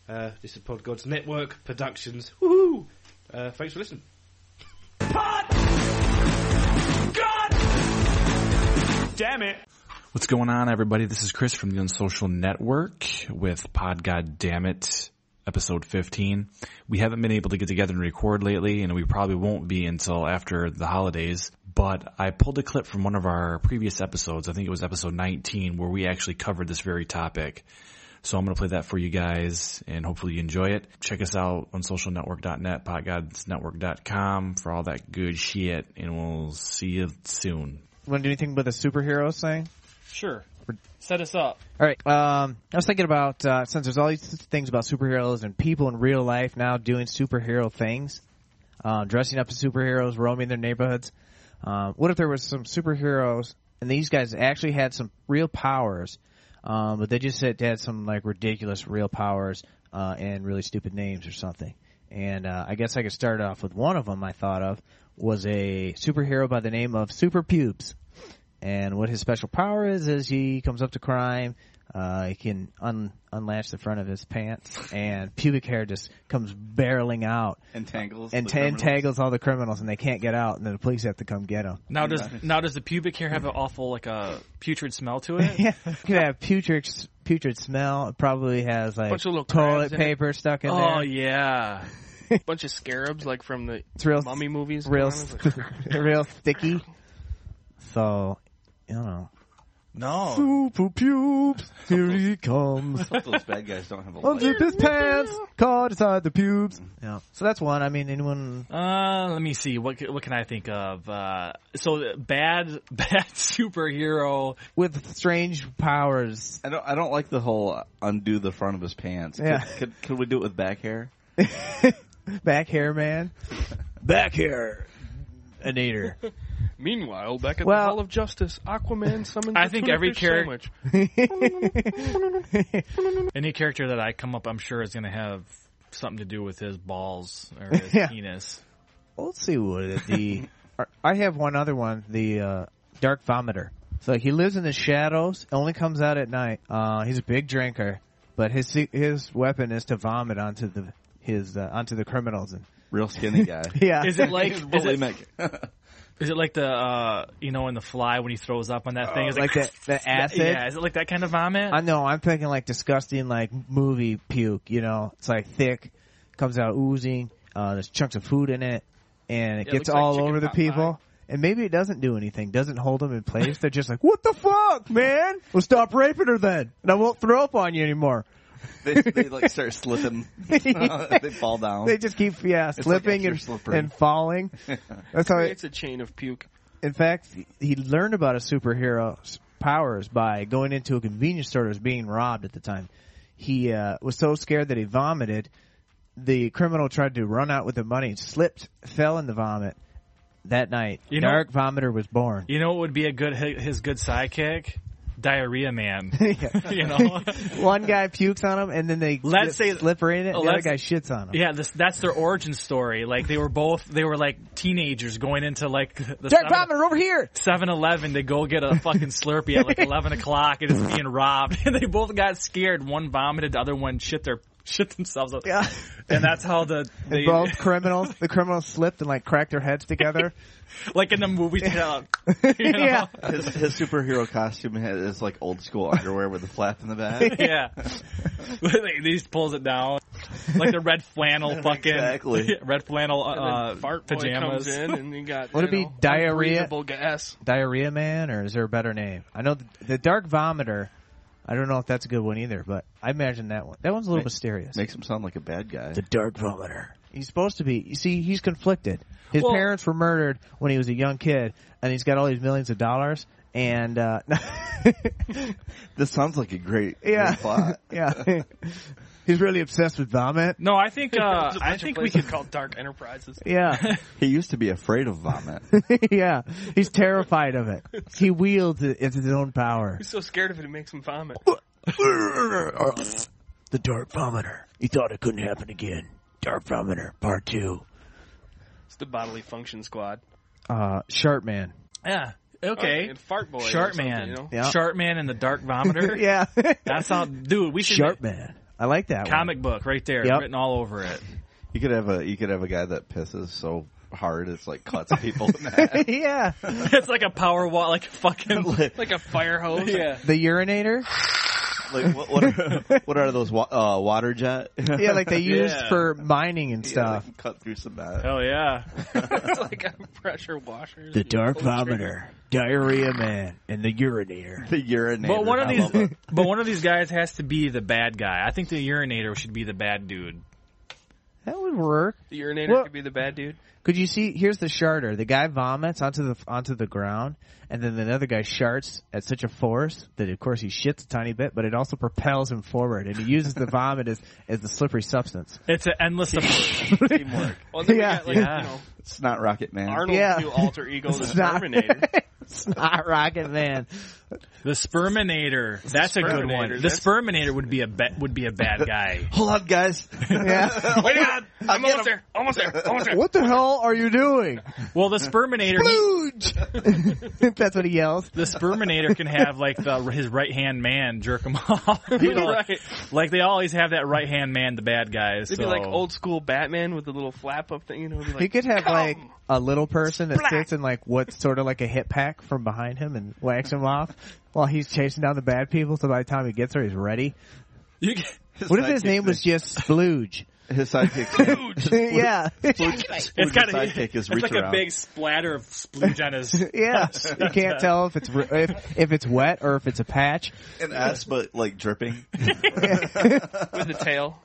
Uh, this is Pod God's Network Productions. Woohoo! Uh, thanks for listening. Damn it. What's going on, everybody? This is Chris from the Unsocial Network with Pod God Damn It, episode 15. We haven't been able to get together and record lately, and we probably won't be until after the holidays, but I pulled a clip from one of our previous episodes. I think it was episode 19 where we actually covered this very topic. So I'm going to play that for you guys and hopefully you enjoy it. Check us out on socialnetwork.net, podgodsnetwork.com for all that good shit and we'll see you soon. Want to do anything with a superhero thing? Sure. for Set us up. all right. Um, I was thinking about uh, since there's all these things about superheroes and people in real life now doing superhero things, uh, dressing up as superheroes, roaming their neighborhoods. Um, what if there was some superheroes and these guys actually had some real powers, um, but they just said they had some like ridiculous real powers uh, and really stupid names or something. And uh, I guess I could start off with one of them. I thought of was a superhero by the name of Super Pubes. And what his special power is is he comes up to crime, uh, he can un- unlatch the front of his pants, and pubic hair just comes barreling out, Entangles and the ta- criminals. entangles all the criminals, and they can't get out, and then the police have to come get them. Now does now does the pubic hair have an awful like a putrid smell to it? *laughs* yeah, could have putrid putrid smell. It probably has like Bunch of little crabs toilet in it. paper stuck in oh, there. *laughs* yeah, bunch of scarabs like from the It's real mummy movies. real, It's like- *laughs* real sticky. So, you know. No. Super pubes, here he comes. Hope those bad guys don't have a Unzip his pants, caught inside the pubes. Yeah. So that's one. I mean, anyone. *laughs* Uh, let me see. What ca- what can I think of? Uh, so the bad *laughs* bad superhero. with strange powers. I don't. I don't like the whole undo the front of his pants. Yeah. Could, could, could we do it with back hair? Back hair man. Back hair. Anator. Meanwhile, back at Well- the Hall of Justice, Aquaman summons. I a think tuna every fish character, sandwich. any character that I come up, I'm sure is going to have something to do with his balls *laughs* or his Yeah. penis. Let's see what it- *laughs* the. I have one other one. The uh, dark vomiter. So he lives in the shadows. Only comes out at night. Uh, he's a big drinker, but his his weapon is to vomit onto the his uh, onto the criminals and *laughs* real skinny guy. yeah. Is it like is bulimic. it, is it like the uh, you know in the fly when he throws up on that thing? Is it like *laughs* that- that acid? Yeah, is it like that kind of vomit? I know. I'm thinking like disgusting, like movie puke. You know, it's like thick, comes out oozing. Uh, there's chunks of food in it, Yeah, and it it gets looks like all chicken over the pot pie. people. And maybe it doesn't do anything, doesn't hold them in place. They're just like, "What the fuck, man? Well, stop raping her then, and I won't throw up on you anymore." They, *laughs* they like *laughs* start slipping. they fall down. They just keep yeah It's like slipping extra and slippery. and *laughs* *laughs* falling. That's how. It, It's a chain of puke. in fact, he learned about his superhero's powers by going into a convenience store that was being robbed at the time. He uh, was so scared that he vomited. The criminal tried to run out with the money, slipped, fell in the vomit. That night, You know- Dark Vomiter was born. You know what would be a good his good sidekick? Diarrhea *laughs* man. *laughs* you know. One guy pukes on him, and then they Let's slip, say- slipper in it. Oh, and the other guy let's- shits on him. Yeah, this, that's their origin story. Like they were both, they were like teenagers going into like the Dark Vomiter over here. 7-Eleven to go *laughs* get a fucking Slurpee at like eleven o'clock, and it's being robbed, *laughs* and they both got scared. One vomited, the other one shit their shit themselves up. Yeah, and that's how the *laughs* And they, both criminals, the criminals slipped and like cracked their heads *laughs* together. like in the movie. *laughs* uh, you know? Yeah. His, his superhero costume has, is like old school underwear with a flap in the *laughs* *laughs* back. yeah. he just pulls it down. Like the red flannel fucking Exactly. *laughs* red flannel And uh, then fart boy pajamas. comes in and you got. Would you it be know, diarrhea? unbreathable gas. Diarrhea Man, or is there a better name? I know the, the Dark Vomiter. I don't know if that's a good one either, but I imagine that one. That one's a little Ma- mysterious. Makes him sound like a bad guy. The Dark Vomiter. He's supposed to be. You see, he's conflicted. His Well- parents were murdered when he was a young kid, and he's got all these millions of dollars. And uh, *laughs* This sounds like a great, yeah, great plot. *laughs* yeah, he's really obsessed with vomit. No, I think uh, There's a bunch I of think we places could called Dark Enterprises. *laughs* Yeah, He used to be afraid of vomit. *laughs* yeah, he's terrified of it. He wields it as his own power. He's so scared of it, it makes him vomit. The Dark Vomiter. He thought it couldn't happen again. Dark Vomiter, Part *laughs* 2. It's the bodily function squad. Uh, Uh, Sharp Man. yeah. Okay. and fart boy or Shark something, man. you know? Yeah. Shark man and the dark vomiter. *laughs* yeah. That's how dude, we should Sharp Man. I like that make a comic book right there Yep. written all over it. You could have a you could have a guy that pisses so hard it's like cuts people. *laughs* in half. one. *laughs* yeah. *laughs* it's like a power wall like a *laughs* fucking like a fire hose. *laughs* Yeah. The Urinator. like what, what, are, what are those wa- uh, water jet? Yeah, like *laughs* they used Yeah. for mining and Yeah, they stuff. can cut through some metal. Hell yeah. it's like a pressure washer. The Dark Vomiter, Diarrhea Man, and the Urinator. The urinator. But one of I love these it. but one of these guys has to be the bad guy. I think the urinator should be the bad dude. That would work. The urinator could be the bad dude. Could you see? Here's the sharder. The guy vomits onto the onto the ground, and then another guy sharts at such a force that, of course, he shits a tiny bit, but it also propels him forward, and he uses the vomit as as the slippery substance. It's an endless teamwork. Well, then Yeah. we got like Yeah. you know It's not Rocket Man. Arnold's Yeah. new alter ego, the It's not- Terminator. *laughs* it's not Rocket Man. The Sperminator. That's a good one. Sperminator, The that's- Sperminator would be a ba- would be a bad guy. Hold on, *laughs* guys. *laughs* Yeah. *laughs* Wait on, I'm almost there. Almost there. Almost there. What the hell are you doing? *laughs* Well, the Sperminator. That's what he yells. The Sperminator can have like the, his right hand man jerk him *laughs* off. You know, like- Like they always have that right hand man, the bad guys. It'd so. be like old school Batman with the little flap up thing. You know, it'd be like, he could have *laughs* "Come like a little person that Splat! sits in like what's sort of like a hit pack from behind him and whacks him off while he's chasing down the bad people. So by the time he gets there, he's ready. what if his name was just Splooge? His *laughs* sidekick. *laughs* yeah, it's got a, sidekick is it's reach like a around. big splatter of splooge on his. *laughs* yeah. You *laughs* can't tell if it's if, if it's wet or if it's a patch. An ass, *laughs* but like dripping. with the tail.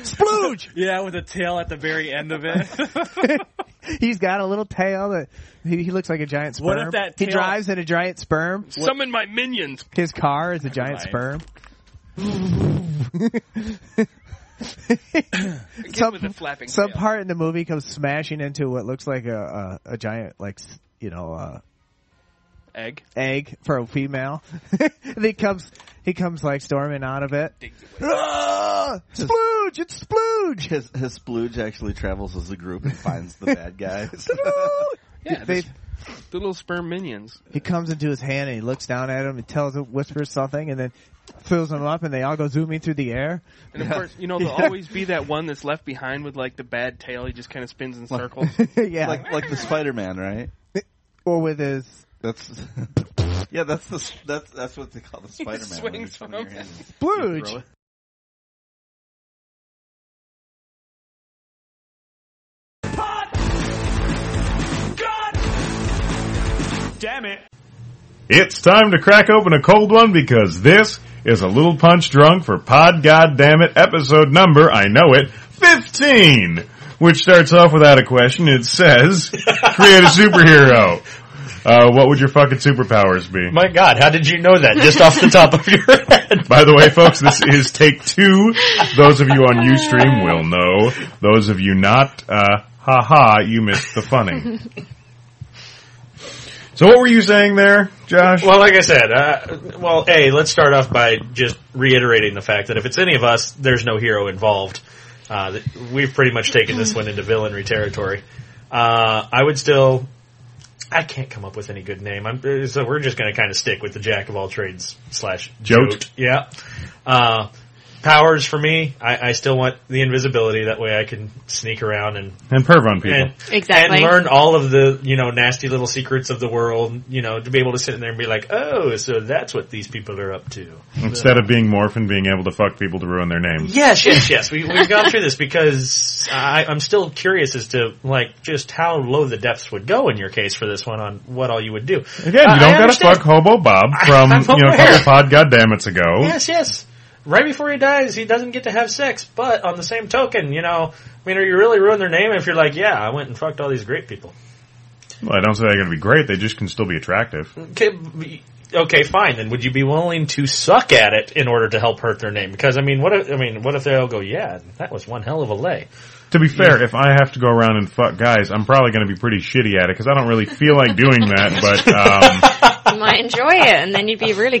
Splooge. Yeah, with a tail at the very end of it. *laughs* *laughs* He's got a little tail that he, he looks like a giant sperm. What if that he tail- drives in a giant sperm. Summon my minions. His car is a giant Never *laughs* sperm. Again with the flapping some tail. part in the movie comes smashing into what looks like a a, a giant like s- you know uh, Egg. egg for a female. *laughs* and he comes he comes like storming out of it. Ah! Splooge! It's Splooge! His, his Splooge actually travels as a group and finds the bad guy. *laughs* *laughs* Yeah, They- this- the little sperm minions. He comes into his hand and he looks down at him and tells him whispers something and then fills him up and they all go zooming through the air. And of course, you *laughs* know, there'll always be that one that's left behind with like the bad tail. He just kind of spins in circles. *laughs* yeah. Like like the Spider Man, right? or with his That's *laughs* yeah. That's *laughs* the that's that's what they call the Spider Man. swings from him. Splooge. Damn it. It's time to crack open a cold one because this is a little punch drunk for Pod Goddamn It episode number, I know it, 15! Which starts off without a question. It *laughs* says, create a superhero. Uh, what would your fucking superpowers be? My God, how did you know that? Just off the top of your head. By the way, folks, this *laughs* is take two. Those of you on Ustream will know. Those of you not, uh, haha, you missed the funny. So what were you saying there, Josh? Well, like I said, uh, well, A, let's start off by just reiterating the fact that if it's any of us, there's no hero involved. Uh, that we've pretty much taken this one into villainry territory. Uh, I would still, I can't come up with any good name. I'm, so we're just going to kind of stick with the jack of all trades slash Jote. jote. Yeah. Uh, powers for me, I, I still want the invisibility. That way I can sneak around and And perv on people. and, Exactly. and learn all of the you know nasty little secrets of the world. You know, to be able to sit in there and be like, oh, so that's what these people are up to. Instead of being morph and being able to fuck people to ruin their names. Yes, yes, yes. We, we've gone through this because I, I'm still curious as to like just how low the depths would go in your case for this one on what all you would do. Again, you don't gotta understand. fuck Hobo Bob from, *laughs* I'm you know, a aware. couple pod goddammits ago. Yes, yes. Right before he dies, he doesn't get to have sex. But on the same token, you know, I mean, are you really ruin their name if you're like, yeah, I went and fucked all these great people? Well, I don't say they're gonna be great, they just can still be attractive. Mm. Okay, okay, fine. Then would you be willing to suck at it in order to help hurt their name? Because I mean, what if, I mean, what if they all go, yeah, that was one hell of a lay. To be fair, if I have to go around and fuck guys, I'm probably gonna be pretty shitty at it because I don't really feel like doing that, but, um, You might enjoy it, and then you'd be really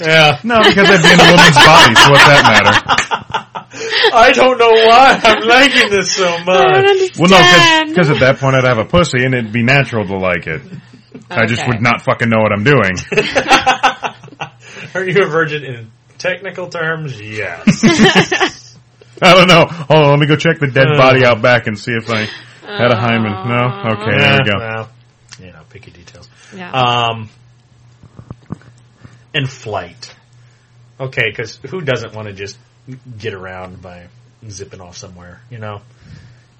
*laughs* Yeah. no, because I'd be in a woman's body, so what's that matter? *laughs* I don't know why I'm liking this so much. Well, no, because at that point I'd have a pussy and it'd be natural to like it. I just Okay. would not fucking know what I'm doing. Are you a virgin in technical terms? Yes. *laughs* I don't know. Hold on, let me go check the Uh. dead body out back and see if I had a hymen. No? Okay, there we Yeah, go. Well, you know, picky details. Yeah. Um, and flight. Okay, because who doesn't want to just get around by zipping off somewhere? You know,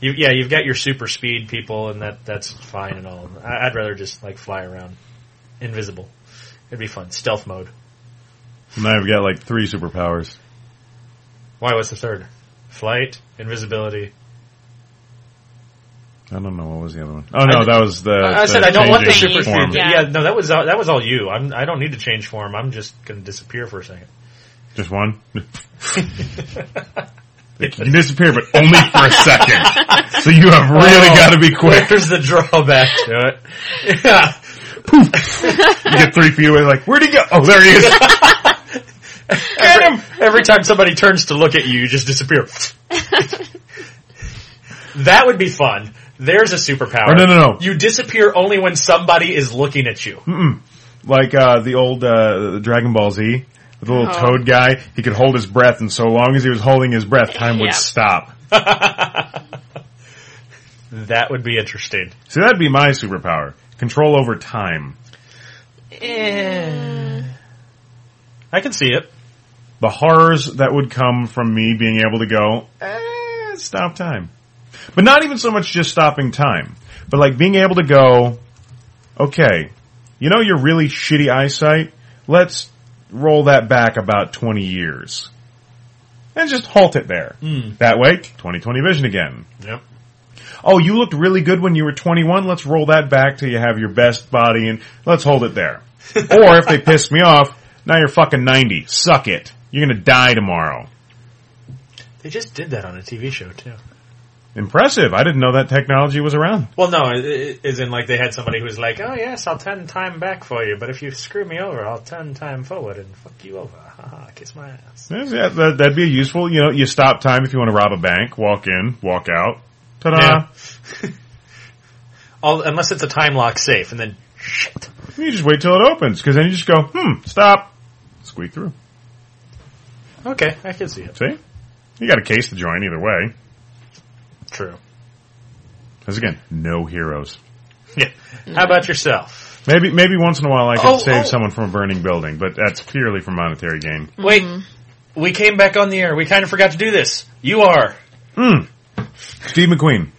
you yeah, you've got your super speed people, and that that's fine and all. I, I'd rather just like fly around, invisible. It'd be fun, stealth mode. And now I've got like three superpowers. Why? What's the third? Flight, invisibility, I don't know what was the other one. Oh no, that was the. I, I the said I don't want the changing super form. Yeah. yeah, no, that was all, that was all you. I'm I don't need to change form. I'm just going to disappear for a *laughs* second. Just one. They can disappear, but only for a *laughs* second. So you have really Oh, got to be quick. There's the drawback to it. *laughs* Yeah. You get *laughs* three feet away, like where'd he go? Oh, there he is. *laughs* every, every time somebody turns to look at you, you just disappear. *laughs* that would be fun. There's a superpower. Oh, no, no, no. You disappear only when somebody is looking at you. Mm-mm. Like uh, the old uh, Dragon Ball Z, the little Oh. Toad guy. He could hold his breath, and so long as he was holding his breath, time Yeah. would stop. That would be interesting. So that'd be my superpower: control over time. I can see it. The horrors that would come from me being able to go eh, stop time, but not even so much just stopping time, but like being able to go, okay, you know your really shitty eyesight. Let's roll that back about twenty years, and just halt it there. That way, 2020 vision again. Yep. Oh, you looked really good when you were 21. Let's roll that back till you have your best body and let's hold it there. or if they piss me off, now you're fucking 90. Suck it. You're gonna die tomorrow. They just did that on a TV show too. Impressive. I didn't know that technology was around. Well, no, i- i- as in like they had somebody who was like, "Oh yes, I'll turn time back for you, but if you screw me over, I'll turn time forward and fuck you over." Ha ha, kiss my ass. Yeah, that- That'd be a useful, you know, you stop time if you want to rob a bank, walk in, walk out. Ta-da. *laughs* All, unless it's a time lock safe, and then You just wait till it opens, cause then you just go, hmm, stop. Squeak through. okay, I can see it. See? You got a case to join either way. True. Cause again, no heroes. Yeah. How about yourself? Maybe maybe once in a while I could Oh, save oh. someone from a burning building, but that's purely for monetary gain. Wait, we came back on the air. We kind of forgot to do this. You are Mm. Steve McQueen.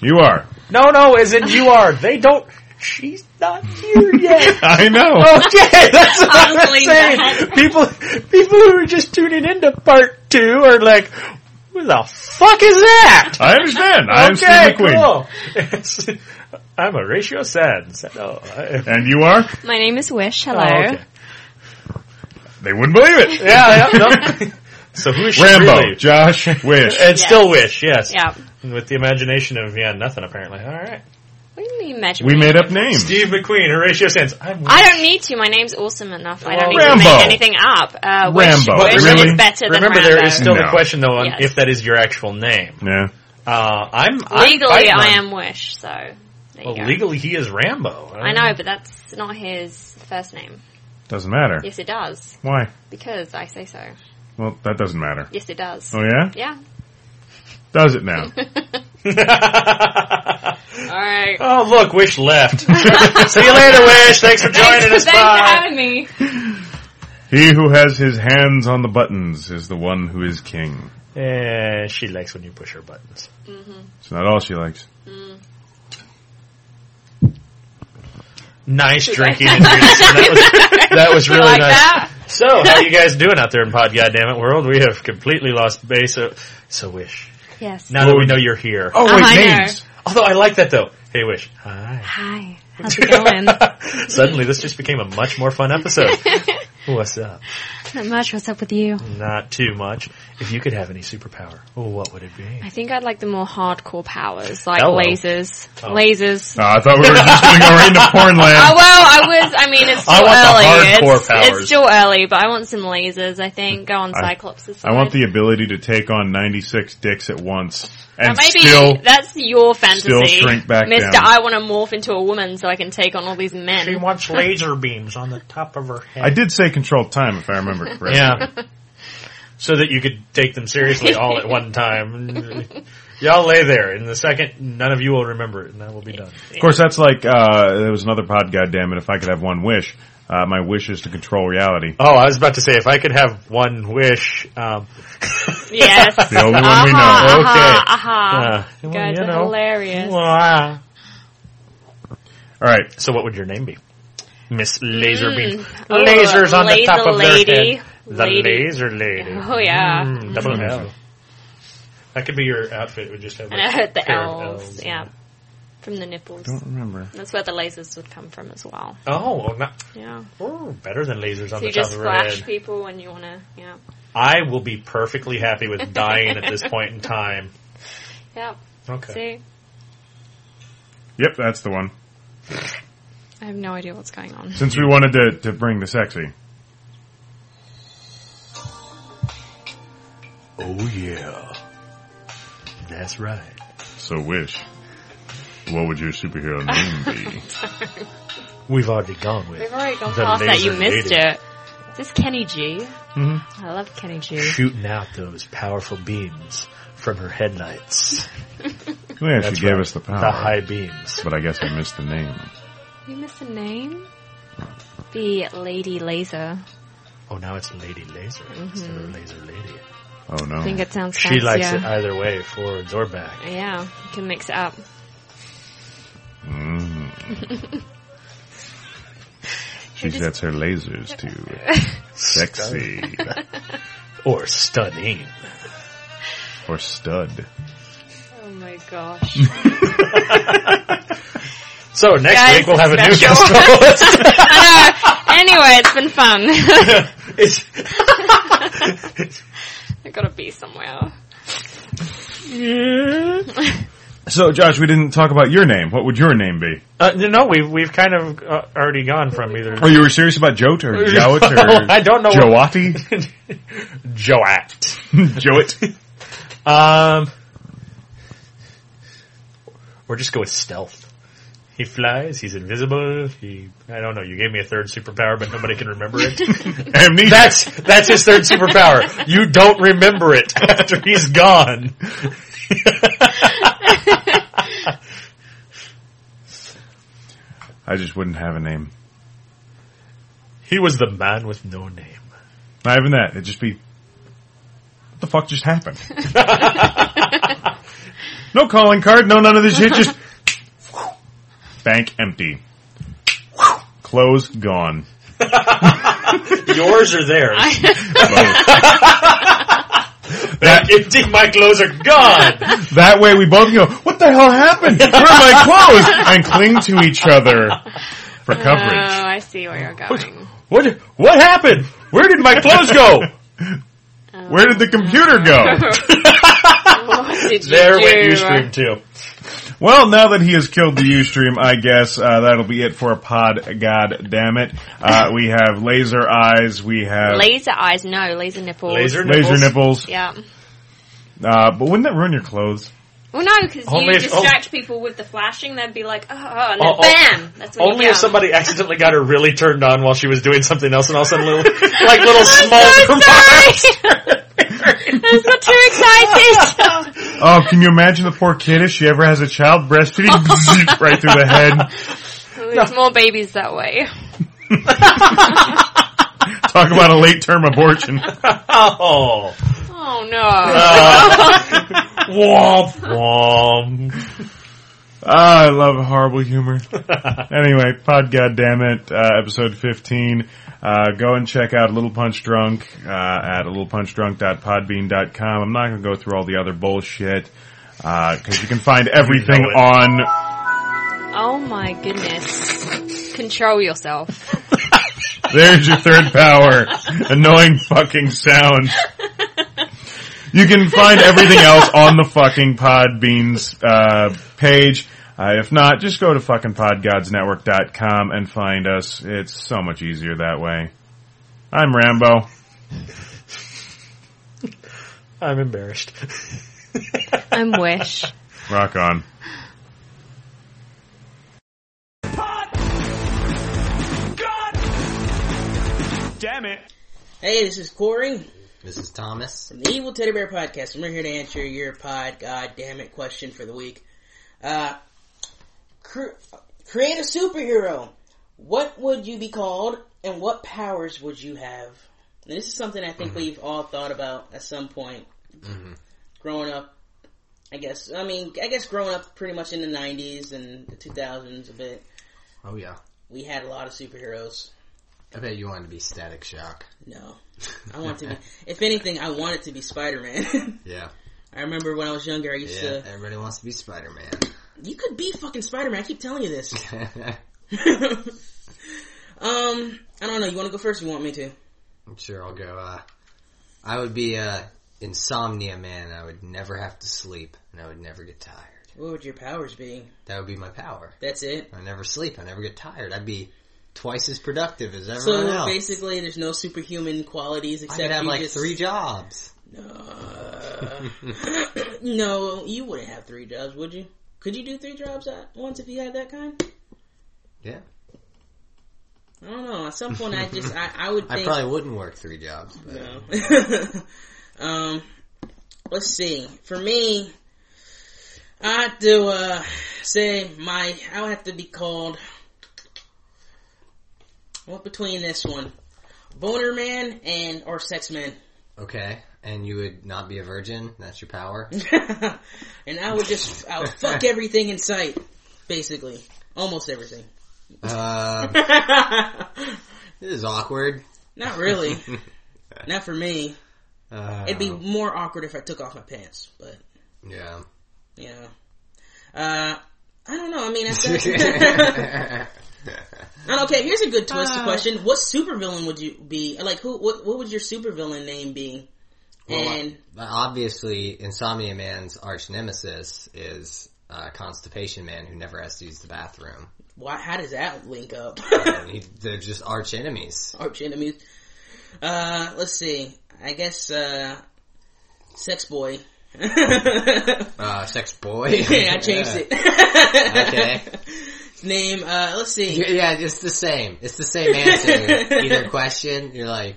You are. no, no, as in you are. They don't. She's not here yet. I *laughs* know. *laughs* Oh, Okay, that's what I was Oddly saying. People, people who are just tuning into part two are like, "Who the fuck is that?" I understand. I am Steve *laughs* *laughs* McQueen. Cool. I'm Horatio Sands. Hello. And you are? My name is Wish. Hello. Oh, *laughs* okay. They wouldn't believe it. Yeah, *laughs* yeah. No. so who is she Rambo, really? *laughs* Josh, Wish. And still Wish, yes. Yeah. With the imagination of, yeah, nothing apparently. All right. What do you mean magic? We made up names. Steve McQueen, Horatio Sands. I'm I don't need to. My name's awesome enough. I don't need Rambo. to make anything up. Uh, Wish, Rambo. Wish Really? is better than Remember, Rambo. there is still the No. question, though, on Yes. if that is your actual name. Yeah. Uh, I'm, I'm Legally, fighting I on- am Wish, so there you Well, go. legally, he is Rambo. Uh, I know, but that's not his first name. Doesn't matter. Yes, it does. Why? Because I say so. Well, that doesn't matter. Yes, it does. Oh, yeah? Yeah. Does it *laughs* now? All right. Oh, look, Wish left. *laughs* See you later, Wish. Thanks for joining us. Thanks for *laughs* Bye. having me. *laughs* he who has his hands on the buttons is the one who is king. Yeah, she likes when you push her buttons. Mm-hmm. It's not all she likes. Nice drinking. and *laughs* that, was, that was You really like nice. that? *laughs* So, how you guys doing out there in Pod Goddammit World? We have completely lost base. Of, so, Wish. Yes. Now that we know you're here. Oh, wait, Oh, I know. names. Although I like that though. Hey, Wish. Hi. Hi. How's it going? Suddenly, this just became a much more fun episode. *laughs* What's up? Not much. What's up with you? Not too much. If you could have any superpower, what would it be? I think I'd like the more hardcore powers, like Hello. lasers. Oh. Lasers. I thought we were just going to go right into porn land. *laughs* Oh, well, I was. I mean, it's still I want the early. hardcore it's, powers. it's still early, but I want some lasers. I think go on I- Cyclops. I want the ability to take on 96 dicks at once and maybe still that's your fantasy, still shrink back Mister. down. I want to morph into a woman so I can take on all these men. She wants *laughs* laser beams on the top of her head. I did say control time, if I remember correctly. Yeah. so that you could take them seriously all at one *laughs* time. Y'all lay there. In the second, none of you will remember it, and that will be done. Of course, that's like uh, there was another pod. Goddamn it! If I could have one wish, uh, my wish is to control reality. Oh, I was about to say, if I could have one wish, um, Yes, *laughs* Uh-huh, The only one aha, we know. Okay. Aha, Uh, aha. Yeah. Well, uh-huh. Guys you are know. hilarious. All right. So, what would your name be? Miss Laser Mm. Beam. Oh, Lasers on the laser top of lady. their head. The Lady. Laser Lady. Oh yeah. Mm, double L. That could be your outfit. Would just have And like, I heard *laughs* the pair of elves, yeah. From the nipples. Don't remember. That's where the lasers would come from as well. Oh, well, not, Yeah. oh, better than lasers So on you the top just of her head. flash people when you want to, yeah. I will be perfectly happy with dying at *laughs* this point in time. Yeah. Okay. Yep, that's the one. See? I have no idea what's going on. Since we wanted to, to bring the sexy. Oh yeah, that's right. *laughs* So wish. What would your *laughs* superhero name be? We've already gone We've already gone past that. You missed it. Is this Kenny G? Mm-hmm. Mhm. I love Kenny G. Shooting out those powerful beams from her headlights. Yeah, That's she gave right. us the power. The high beams. But I guess I missed the name. You missed the name? The Lady Laser. Mm-hmm. Oh, now it's Lady Laser instead of Laser Lady. Oh no! I think it sounds She fancier. likes it either way, forwards or back. Yeah, you can mix it up. Mm. She sets her lasers to sexy *laughs* or stunning or stud. oh my gosh. So next Guys, week we'll *laughs* have a new special. Uh, guest *laughs* host. I know. Anyway, it's been *laughs* fun. *laughs* I gotta be somewhere. So Josh, we didn't talk about your name. What would your name be? Uh, no, we've we've kind of uh, already gone from either. Oh, you were serious about Jote *laughs* or Jowett or I don't know. Jowati? *laughs* Joat. Joat. Um, or just go with stealth. He flies. He's invisible. He. I don't know. You gave me a third superpower, but nobody can remember *laughs* it. Amnesia. That's that's his third superpower. You don't remember it *laughs* after he's gone. *laughs* I just wouldn't have a name. He was the man with no name. Not even that. It'd just be what the fuck just happened. no calling card. No none of this shit. Just bank empty. Clothes gone. *laughs* Yours or theirs? *laughs* that empty. My clothes are gone. That way we both go, what the hell *laughs* happened? Where are my clothes? And cling to each other for Uh. coverage. Oh, I see where you're going. What, what happened? Where did my clothes go? Where did the computer *laughs* go? what did you There do? went Ustream too. Well, now that he has killed the Ustream, I guess uh, that'll be it for a pod. God damn it! Uh, we have laser eyes. We have Laser eyes, no, laser nipples. Uh, Laser Laser nipples. nipples. Yeah. Uh, but wouldn't that ruin your clothes? Well, no, because Only you if- distract people with the flashing, they'd be like, oh, and then Oh, oh. bam! That's what Only you if somebody accidentally got her really turned on while she was doing something else, and all of a sudden, little, like *laughs* little small. *laughs* That's not too excited! Oh, can you imagine the poor kid if she ever has a child breastfeeding *laughs* Bzzz, right through the head? There's more babies that way. Talk about a late term *laughs* abortion. Oh. Oh no. Uh. Womp womp. Ah, I love horrible *laughs* humor. anyway, pod goddamn it, uh, episode 15. Uh, go and check out Little Punch Drunk uh, at littlepunchdrunk.podbean.com. I'm not going to go through all the other bullshit because you can find everything it. on. *laughs* oh my goodness. Control yourself. There's your third power, annoying fucking sound. You can find everything else on the fucking Podbeans uh, page. Uh, if not, just go to fucking podgodsnetwork.com and find us. It's so much easier that way. I'm Rambo. I'm embarrassed. *laughs* *laughs* I'm Wish. Rock on. Damn it. Hey, this is Corey This is Thomas. from the Evil Teddy Bear Podcast, and we're here to answer your pod goddamn it question for the week. Uh, cr- create a superhero. What would you be called, and what powers would you have? And this is something I think Mhm. we've all thought about at some point Mhm. growing up. I guess. I mean, I guess growing up pretty much in the '90s and the 2000s a bit. *laughs* Oh yeah. We had a lot of superheroes. I bet you wanted to be Static Shock. *laughs* No. I want to be. If anything, I want it to be Spider Man. Yeah. *laughs* *laughs* I remember when I was younger, I used Yeah, to. everybody wants to be Spider-Man. You could be fucking Spider Man. I keep telling you *laughs* this. um, I don't know. You want to go first? Or you want me to? I'm sure I'll go. Uh, I would be uh, insomnia man. I would never have to sleep, and I would never get tired. What would your powers be? That would be my power. That's it. I never sleep. I never get tired. I'd be twice as productive as everyone So else. basically, there's no superhuman qualities I'd except have you like just- three jobs. *laughs* no, you wouldn't have three jobs, would you? Could you do three jobs at once if you had that kind? Yeah. I don't know. At some point, I just I, I would. Think, *laughs* I probably wouldn't work three jobs. But No. *laughs* um, let's see. For me, I have to uh, say my I would have to be called. What between this one, boner man and or sex man, Okay, and you would not be a virgin. That's *laughs* your power. and I would just I would fuck everything in sight, basically almost everything. Um, *laughs* this is awkward. Not *laughs* really. Not for me. Uh, It'd be more awkward if I took off my pants, but yeah. you know. Uh, I don't know. I mean, *laughs* that's, that's And okay, here's a good twist to Uh. question. What supervillain would you be? Like, who? What, what would your supervillain name be? Well, and uh, obviously, Insomnia Man's arch nemesis is uh, Constipation Man, who never has to use the bathroom. why? How does that link *laughs* up? *laughs* Oh, And he, they're just arch enemies. Arch enemies. Uh, let's see. I guess uh, sex boy. *laughs* Uh, sex boy. yeah, I changed Yeah. it. *laughs* okay. His name. Uh, let's see. Y- Yeah, it's the same. It's the *laughs* same answer. Either question, you're like,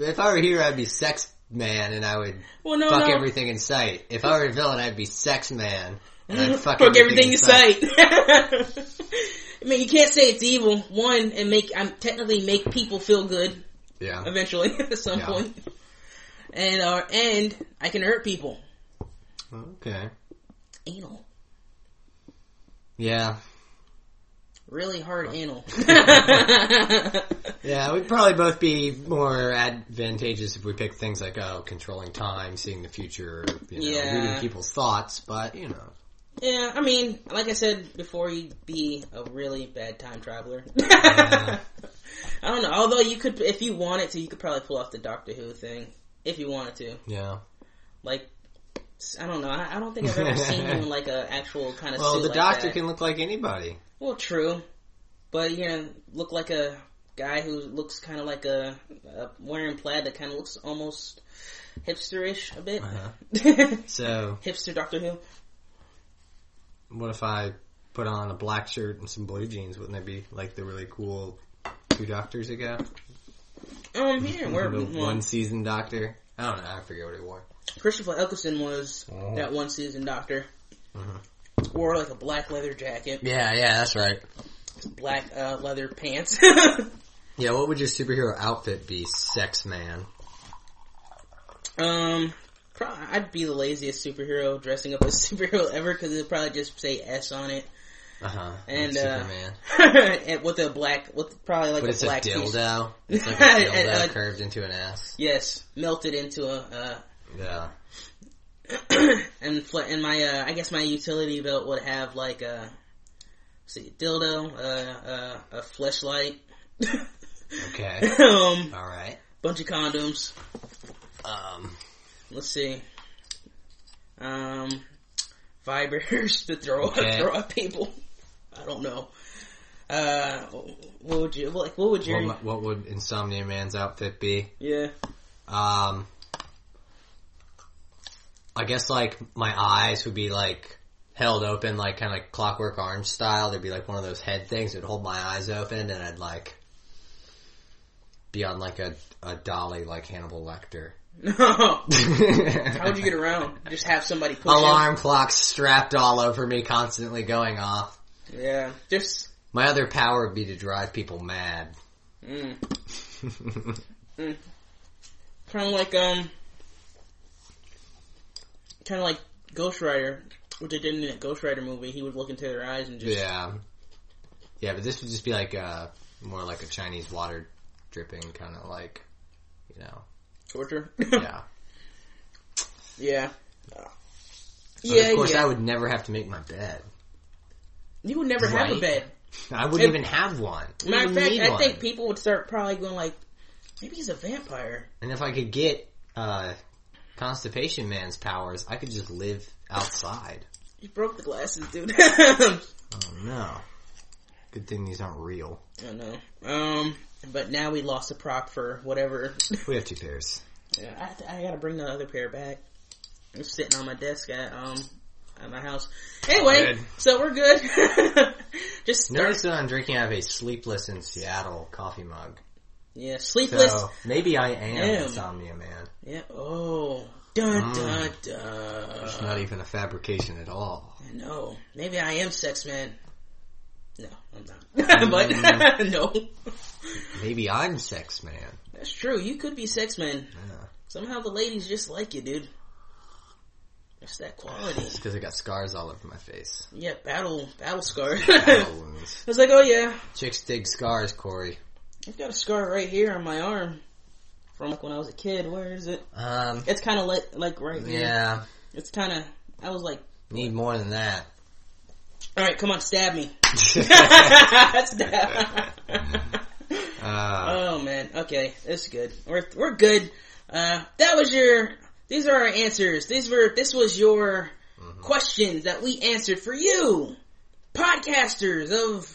if I were here, I'd be sex man, and I would Well, Oh, no, fuck no. everything in sight. If I were a villain, I'd be sex man, *laughs* and I'd fuck, Fuck everything you say. *laughs* I mean, you can't say it's evil. One, and make I'm technically make people feel good. Yeah. Eventually, *laughs* at some Yeah. point. And uh, and I can hurt people. Okay. Anal, Yeah. really hard *laughs* anal. Yeah, we'd probably both be more advantageous if we pick things like, oh, controlling time, seeing the future, you know, Yeah. reading people's thoughts, but, you know. yeah, I mean, like I said before, you'd be a really bad time traveler. *laughs* I don't know. Although you could, if you wanted to, you could probably pull off the Doctor Who thing if you wanted to. Yeah. Like, I don't know. I, I don't think I've ever *laughs* seen him in like a actual kind of. Well, suit the like doctor that. can look like anybody. Well, true, but you know, look like a guy who looks kind of like a, a wearing plaid that kind of looks almost hipsterish a bit. Uh-huh. *laughs* So, Hipster Doctor Who. what if I put on a black shirt and some blue jeans? Wouldn't that be like the really cool two doctors ago? Um, yeah, where The well, one season doctor? I don't know, I forget what he wore. Christopher Eccleston was Oh. that one season Doctor. Wore like a black leather jacket. Mm-hmm. Yeah, yeah, that's right. Black uh, leather pants. *laughs* Yeah, what would your superhero outfit be? Sex man. Um, pro- I'd be the laziest superhero dressing up as *laughs* superhero ever because it'd probably just say S on it. Uh-huh. And like uh, Superman. *laughs* and with a black, with probably like but a it's a black piece. dildo. *laughs* It's like a And, dildo uh, curved into an ass. yes, melted into a. Uh, Yeah. and fl- and my uh, I guess my utility belt would have like a let's see dildo, uh, uh, a fleshlight. Okay. *laughs* um. All right. Bunch of condoms. Um. Let's see. Um. Vibrators *laughs* to throw Okay. at, throw at people. I don't know. Uh, what would you like? What would your What, mi- what would Insomnia Man's outfit be? *laughs* yeah? *laughs* Um, I guess like my eyes would be like held open, like kind of like Clockwork Orange style. There'd be like one of those head things that'd hold my eyes open, and I'd like be on like a a dolly, like Hannibal Lecter. How would you get around? Just have somebody push Alarm clocks strapped all over me, constantly going off. You? Yeah. Just. My other power would be to drive people mad. *laughs* Mm, mm. Kind of like um. Kind of like Ghost Rider, which they did in that Ghost Rider movie. He would look into their eyes and just Yeah. Yeah, but this would just be like a more like a Chinese water dripping kind of like, you know. *laughs* torture. Yeah. Yeah. But Yeah, of course, yeah. I would never have to make my bed. You would never have Right? a bed. I wouldn't And- even have one. Matter of Wouldn't fact, need I one. think people would start probably going like, maybe he's a vampire. And if I could get uh, constipation man's powers, I could just live outside. You broke the glasses, dude. *laughs* I Oh no! Good thing these aren't real. don't know. Um, but now we lost a prop for whatever. *laughs* We have two pairs. Yeah, I, I gotta bring the other pair back. It's sitting on my desk at um at my house. Anyway, Good. so we're good. *laughs* Just notice that I'm drinking out of a sleepless in Seattle coffee mug. yeah, sleepless. So maybe I am Damn. insomnia man. Yeah. Oh. Dun Mm. dun dun. It's not even a fabrication at all. No, maybe I am sex man. No, I'm Mm. not. *laughs* but no, Maybe I'm sex man. that's true. You could be sex man. Somehow the ladies just like you, dude. It's that quality. It's because I got scars all over my face. Yeah, battle battle scar. *laughs* Battle I wounds. was like, oh yeah, Chicks dig scars, Corey. I've got a scar right here on my arm from like when I was a kid. Where is it? Um, It's kind of like like right here. Yeah. It's kind of. I was like, need more than that. all right, come on, stab *laughs* me. Stab. Uh, oh man. Okay, that's good. We're we're good. Uh, that was your. These are our answers. These were. This was your Mm-hmm. questions that we answered for you, podcasters of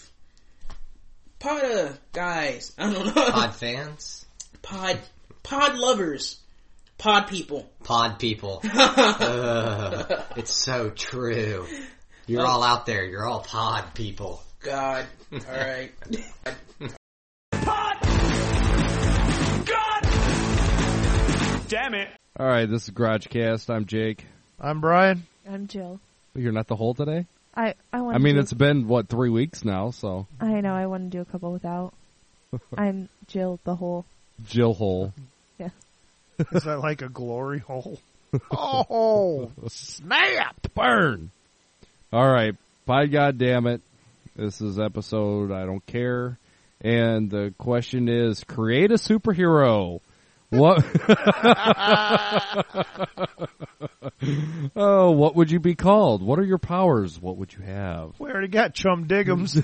Poda guys. I don't know. *laughs* Pod fans, Pod pod lovers, pod people. pod people. Ugh, it's so true. You're all out there. You're all pod people. *laughs* God. All right. Damn it. All right, this is GarageCast. I'm Jake. I'm Brian. I'm Jill. You're not the whole today. I I want. I mean, to it's been what three weeks now, so I know. I want to do a couple *laughs* without. I'm Jill the whole. *laughs* Jill Hole. Yeah. Is that like a *laughs* glory hole? Oh, snap! Burn. All right, by God damn it, this is episode I don't care, and the question is: create a superhero. What? *laughs* oh, what would you be called? What are your powers? What would you have? We already got Chum *laughs* Diggums. *laughs*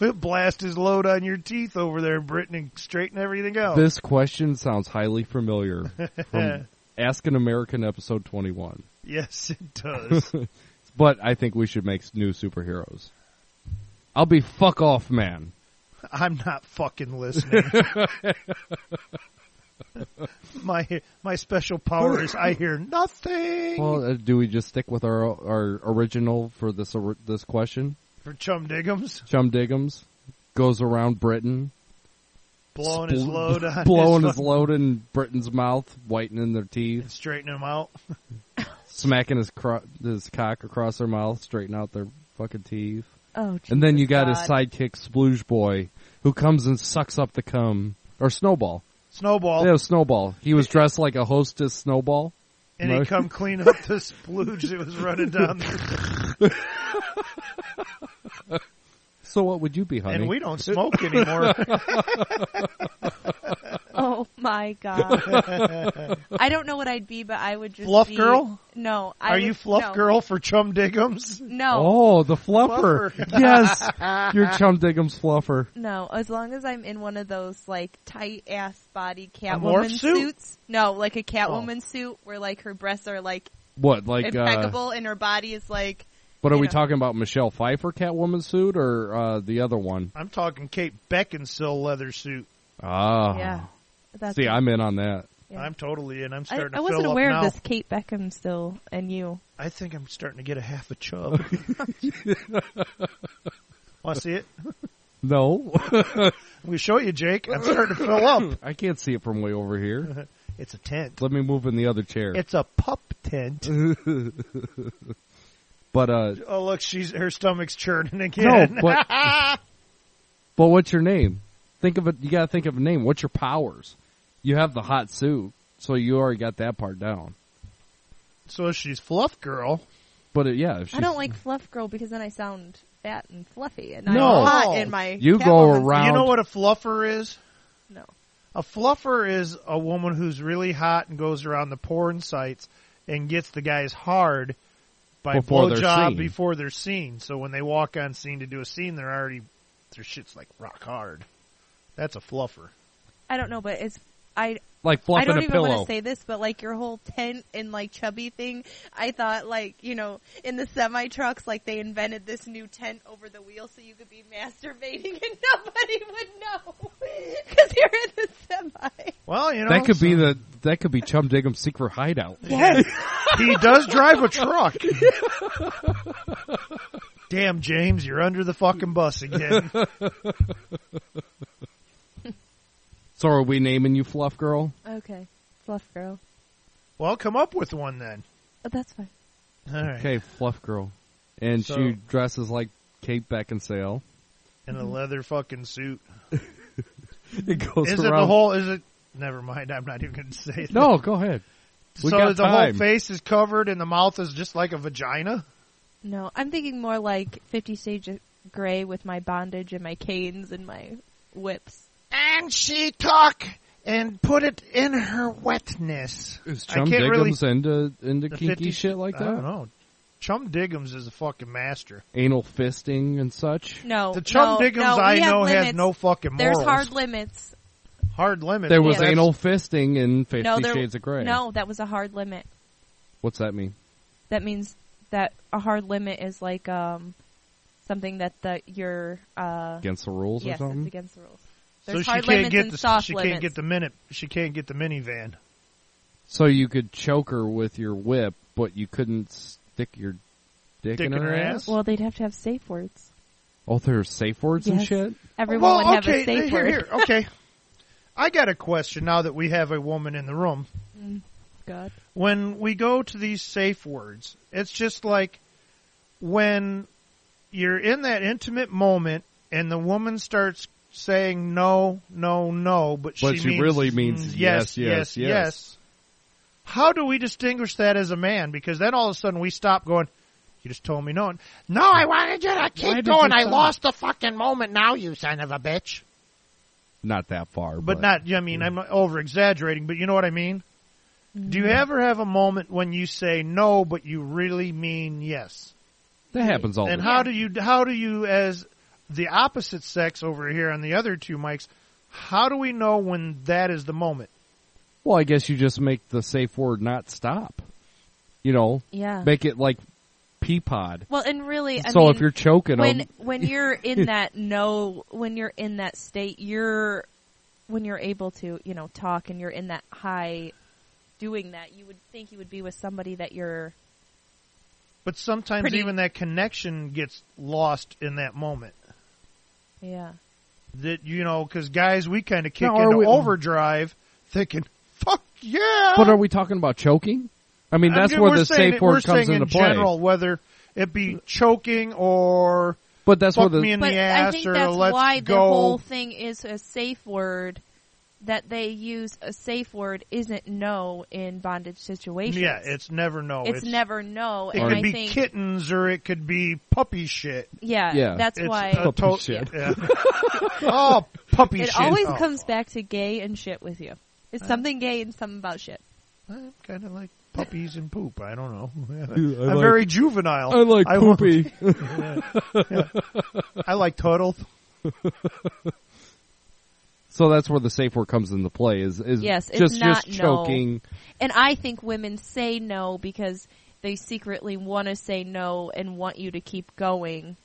we'll blast his load on your teeth over there in Britain and straighten everything out. This question sounds highly familiar *laughs* from Ask an American episode 21. Yes, it does. *laughs* but I think we should make new superheroes. I'll be fuck off man. I'm not fucking *laughs* listening. my my special power is I hear nothing. Well, uh, do we just stick with our our original for this or- this question? For Chum Diggums, Chum Diggums goes around Britain, blowing his bl- load *laughs* on blowing his, his load in Britain's mouth, whitening their teeth, straightening him out. *laughs* smacking his cro- his cock across their mouth, straightening out their fucking teeth. Oh, and then Jesus you got his God. sidekick Splooge Boy, who comes and sucks up the cum or Snowball. Snowball. Yeah, Snowball. He was dressed like a hostess Snowball. And No. *laughs* he come clean up the splooge that was running down *laughs* there. So what would you be, honey? And we don't smoke *laughs* anymore. Oh my *laughs* god. I don't know what I'd be, but I would just Fluff be- girl? No. I Are would- you fluff no. girl for Chum Diggums? No. Oh, the fluffer. Fluffer. *laughs* *laughs* yes. Your Chum Diggum's fluffer. No, as long as I'm in one of those like tight ass body morph Catwoman suit? suits. No, like Oh. a Catwoman suit where like her breasts are like What, like, uh, impeccable and her body is like what are you we know. talking about? Michelle Pfeiffer Catwoman suit or, uh, the other one? I'm talking Kate Beckinsale leather suit. Ah. Yeah. That's See, I'm in on that. Yeah. I'm totally in. I'm I, starting I to wasn't fill aware up of now. *laughs* this Kate Beckham still and you. I think I'm starting to get a half *laughs* a chub. Want to see it? *laughs* *laughs* No. we show you, Jake. I'm starting to fill up. I can't see it from way over here. *laughs* It's a tent. Let me move in the other chair. It's a pup tent. *laughs* but uh Oh, look, she's her stomach's churning no, again. but *laughs* but what's your name? Think of it. You gotta think of a name. What's your powers? You have the hot suit, so you already got that part down. so she's fluff girl. But uh, yeah, if she's I don't like fluff girl because then I sound fat and fluffy and No. I'm hot in my You go Catwoman suit. around- You know what a fluffer is? No. A fluffer is a woman who's really hot and goes around the porn sites and gets the guys hard by Before they're blowjob seen. before they're seen. So when they walk on scene to do a scene, they're already their shit's like rock hard. That's a fluffer. I don't know, but it's I. Like I fluffing don't a even want pillow. to say this, but like your whole tent and like chubby thing, I thought like you know in the semi trucks, like they invented this new tent over the wheel so you could be masturbating *laughs* and nobody would know because you're in the semi. Well, you know that could so- be the that could be Chum Diggum's secret hideout. Yes. he does drive a truck. Damn, James, you're under the fucking bus *laughs* again. So are we naming you Fluff Girl? Okay, fluff girl. well, come up with one then. Oh, that's fine. All right. Okay, Fluff Girl, and So- she dresses like Kate Beckinsale. In a leather fucking suit. *laughs* It goes is it the around- whole? Is it? Never mind. I'm not even going to say it. No, go ahead. We so got the time. whole face is covered, and the mouth is just like a vagina. No, I'm thinking more like Fifty Shades of Grey with my bondage and my canes and my whips. And she took and put it in her wetness. Is I Chum can't really- Diggums into into The kinky 50 shit like that? I don't know. Chum Diggums is a fucking master. Anal fisting and such. No, The Chum no, Diggums no, we I have know limits. has no fucking morals. There's hard limits. Hard limit. There was Yeah. anal fisting in Fifty no, there, Shades of Grey. No, that was a hard limit. What's that mean? That means that a hard limit is like um something that the your uh Against the rules or yes, something? It's against the rules. There's So she hard can't limits get and the soft she limits. can't get the minute she can't get the minivan. So you could choke her with your whip, but you couldn't stick your dick, in her, ass? Well, they'd have to have safe words. Oh, there's safe words and Yes. shit? Everyone well, would have okay, a safe here, word. here, okay. I got a question now that we have a woman in the room. Mm, God. when we go to these safe words, it's just like when you're in that intimate moment and the woman starts saying no, no, no, but she, But she means, really means mm, yes, yes, yes, yes, yes. How do we distinguish that as a man? Because then all of a sudden we stop going. You just told me no. No, I wanted you to Why keep did going. you I stop? lost the fucking moment. Now you son of a bitch. Not that far. But, But not. I mean, I'm over exaggerating, but you know what I mean. Do you ever have a moment when you say no, but you really mean yes? That happens all and the how time. do you how do you as the opposite sex over here on the other two mics? How do we know when that is the moment? Well, I guess you just make the safe word not stop. You know? Yeah. Make it like pea pod. Well, and really, I So mean, if you're choking when 'em- *laughs* when you're in that no, when you're in that state, you're when you're able to, you know, talk, and you're in that high, doing that, you would think you would be with somebody that you're. But sometimes Pretty- even that connection gets lost in that moment. Yeah. That you know, because guys, we kind of kick Now, are into we- overdrive, thinking, "Fuck yeah!" But are we talking about choking? I mean, that's ju- where we're the saying safe it- we're word comes saying into in play. General, whether it be choking or But that's fuck where the- me in but the I ass think or that's let's why go. the whole thing is a safe word. That they use a safe word isn't no in bondage situations. yeah, it's never no. it's, never no, It and could I be think kittens or it could be puppy shit. Yeah, Yeah. that's It's why- a Puppy shit. *laughs* yeah. *laughs* oh, puppy it shit. always Oh. comes back to gay and shit with you. It's Uh, something gay and something about shit. I'm kind of like puppies and poop. I don't know. *laughs* I I'm like- very juvenile. I like won't- poopy. Yeah. *laughs* Yeah. I *laughs* like turtle. *laughs* So that's where the safe word comes into play. Is is Yes, it's just not just choking. no. And I think women say no because they secretly want to say no and want you to keep going.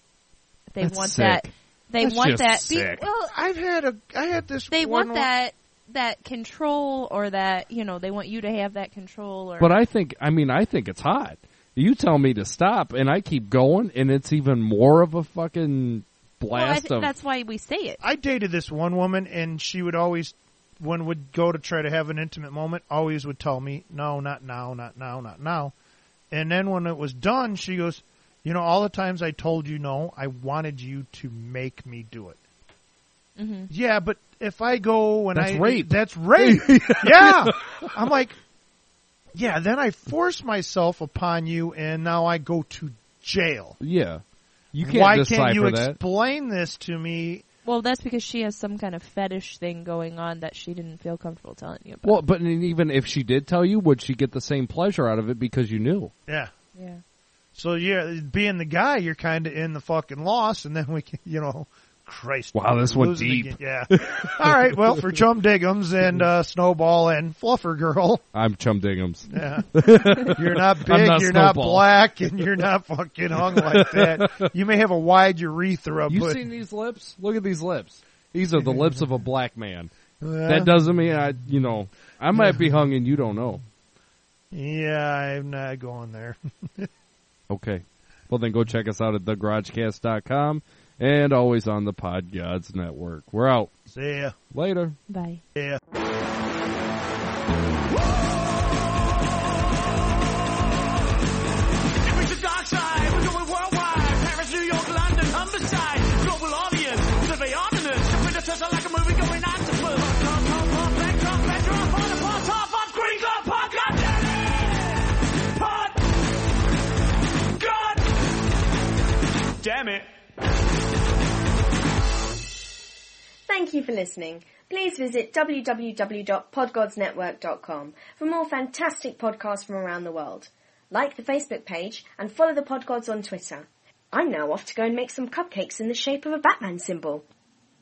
They That's want sick. that. They That's want just that. be- sick. well, I've had a. I had this. They one want that that control or that you know they want you to have that control or. But I think, I mean, I think it's hot. You tell me to stop, and I keep going, and it's even more of a fucking well, I blast think of. that's why we say it. I dated this one woman, and she would always, when would go to try to have an intimate moment, always would tell me, "No, not now, not now, not now." And then when it was done, she goes, "You know, all the times I told you no, I wanted you to make me do it." Mm-hmm. Yeah, but if I go and That's I rape. that's *laughs* rape. yeah, I'm like, yeah. Then I force myself upon you, and now I go to jail. yeah, you can't Why decipher can't you that. explain this to me Well, that's because she has some kind of fetish thing going on that she didn't feel comfortable telling you about. Well, but even if she did tell you, would she get the same pleasure out of it because you knew? Yeah. Yeah. So yeah, being the guy, you're kind of in the fucking loss, and then we can, you *laughs* know, Christ. Wow, this went losing deep. again. Yeah. *laughs* All right. Well, for Chum Diggums and uh, Snowball and Fluffer Girl. I'm Chum Diggums. *laughs* *laughs* Yeah. You're not big, I'm you're not Snowball. black, and you're not fucking hung like *laughs* that. You may have a wide urethra, You but seen these lips? Look at these lips. *laughs* These are the lips of a black man. Yeah. That doesn't mean I, you know, I might be hung and you don't know. yeah, I'm not going there. *laughs* Okay. Well, then go check us out at thegaragecast.com and always on the Pod Gods Network. We're out. See ya. Later. Bye. Yeah. It's the dark side. We're going worldwide. Paris, New York, London, Humberside. Global audience. Survey ordinance. Competitors are like a movie going octopus. Pop, pop, pop, back, drop, back, drop. On the pause, hop, hop, green, go, pop, god damn it. Pot. God. Damn it. Thank you for listening. Please visit www.podgodsnetwork.com for more fantastic podcasts from around the world. Like the Facebook page and follow the Podgods on Twitter. I'm now off to go and make some cupcakes in the shape of a Batman symbol.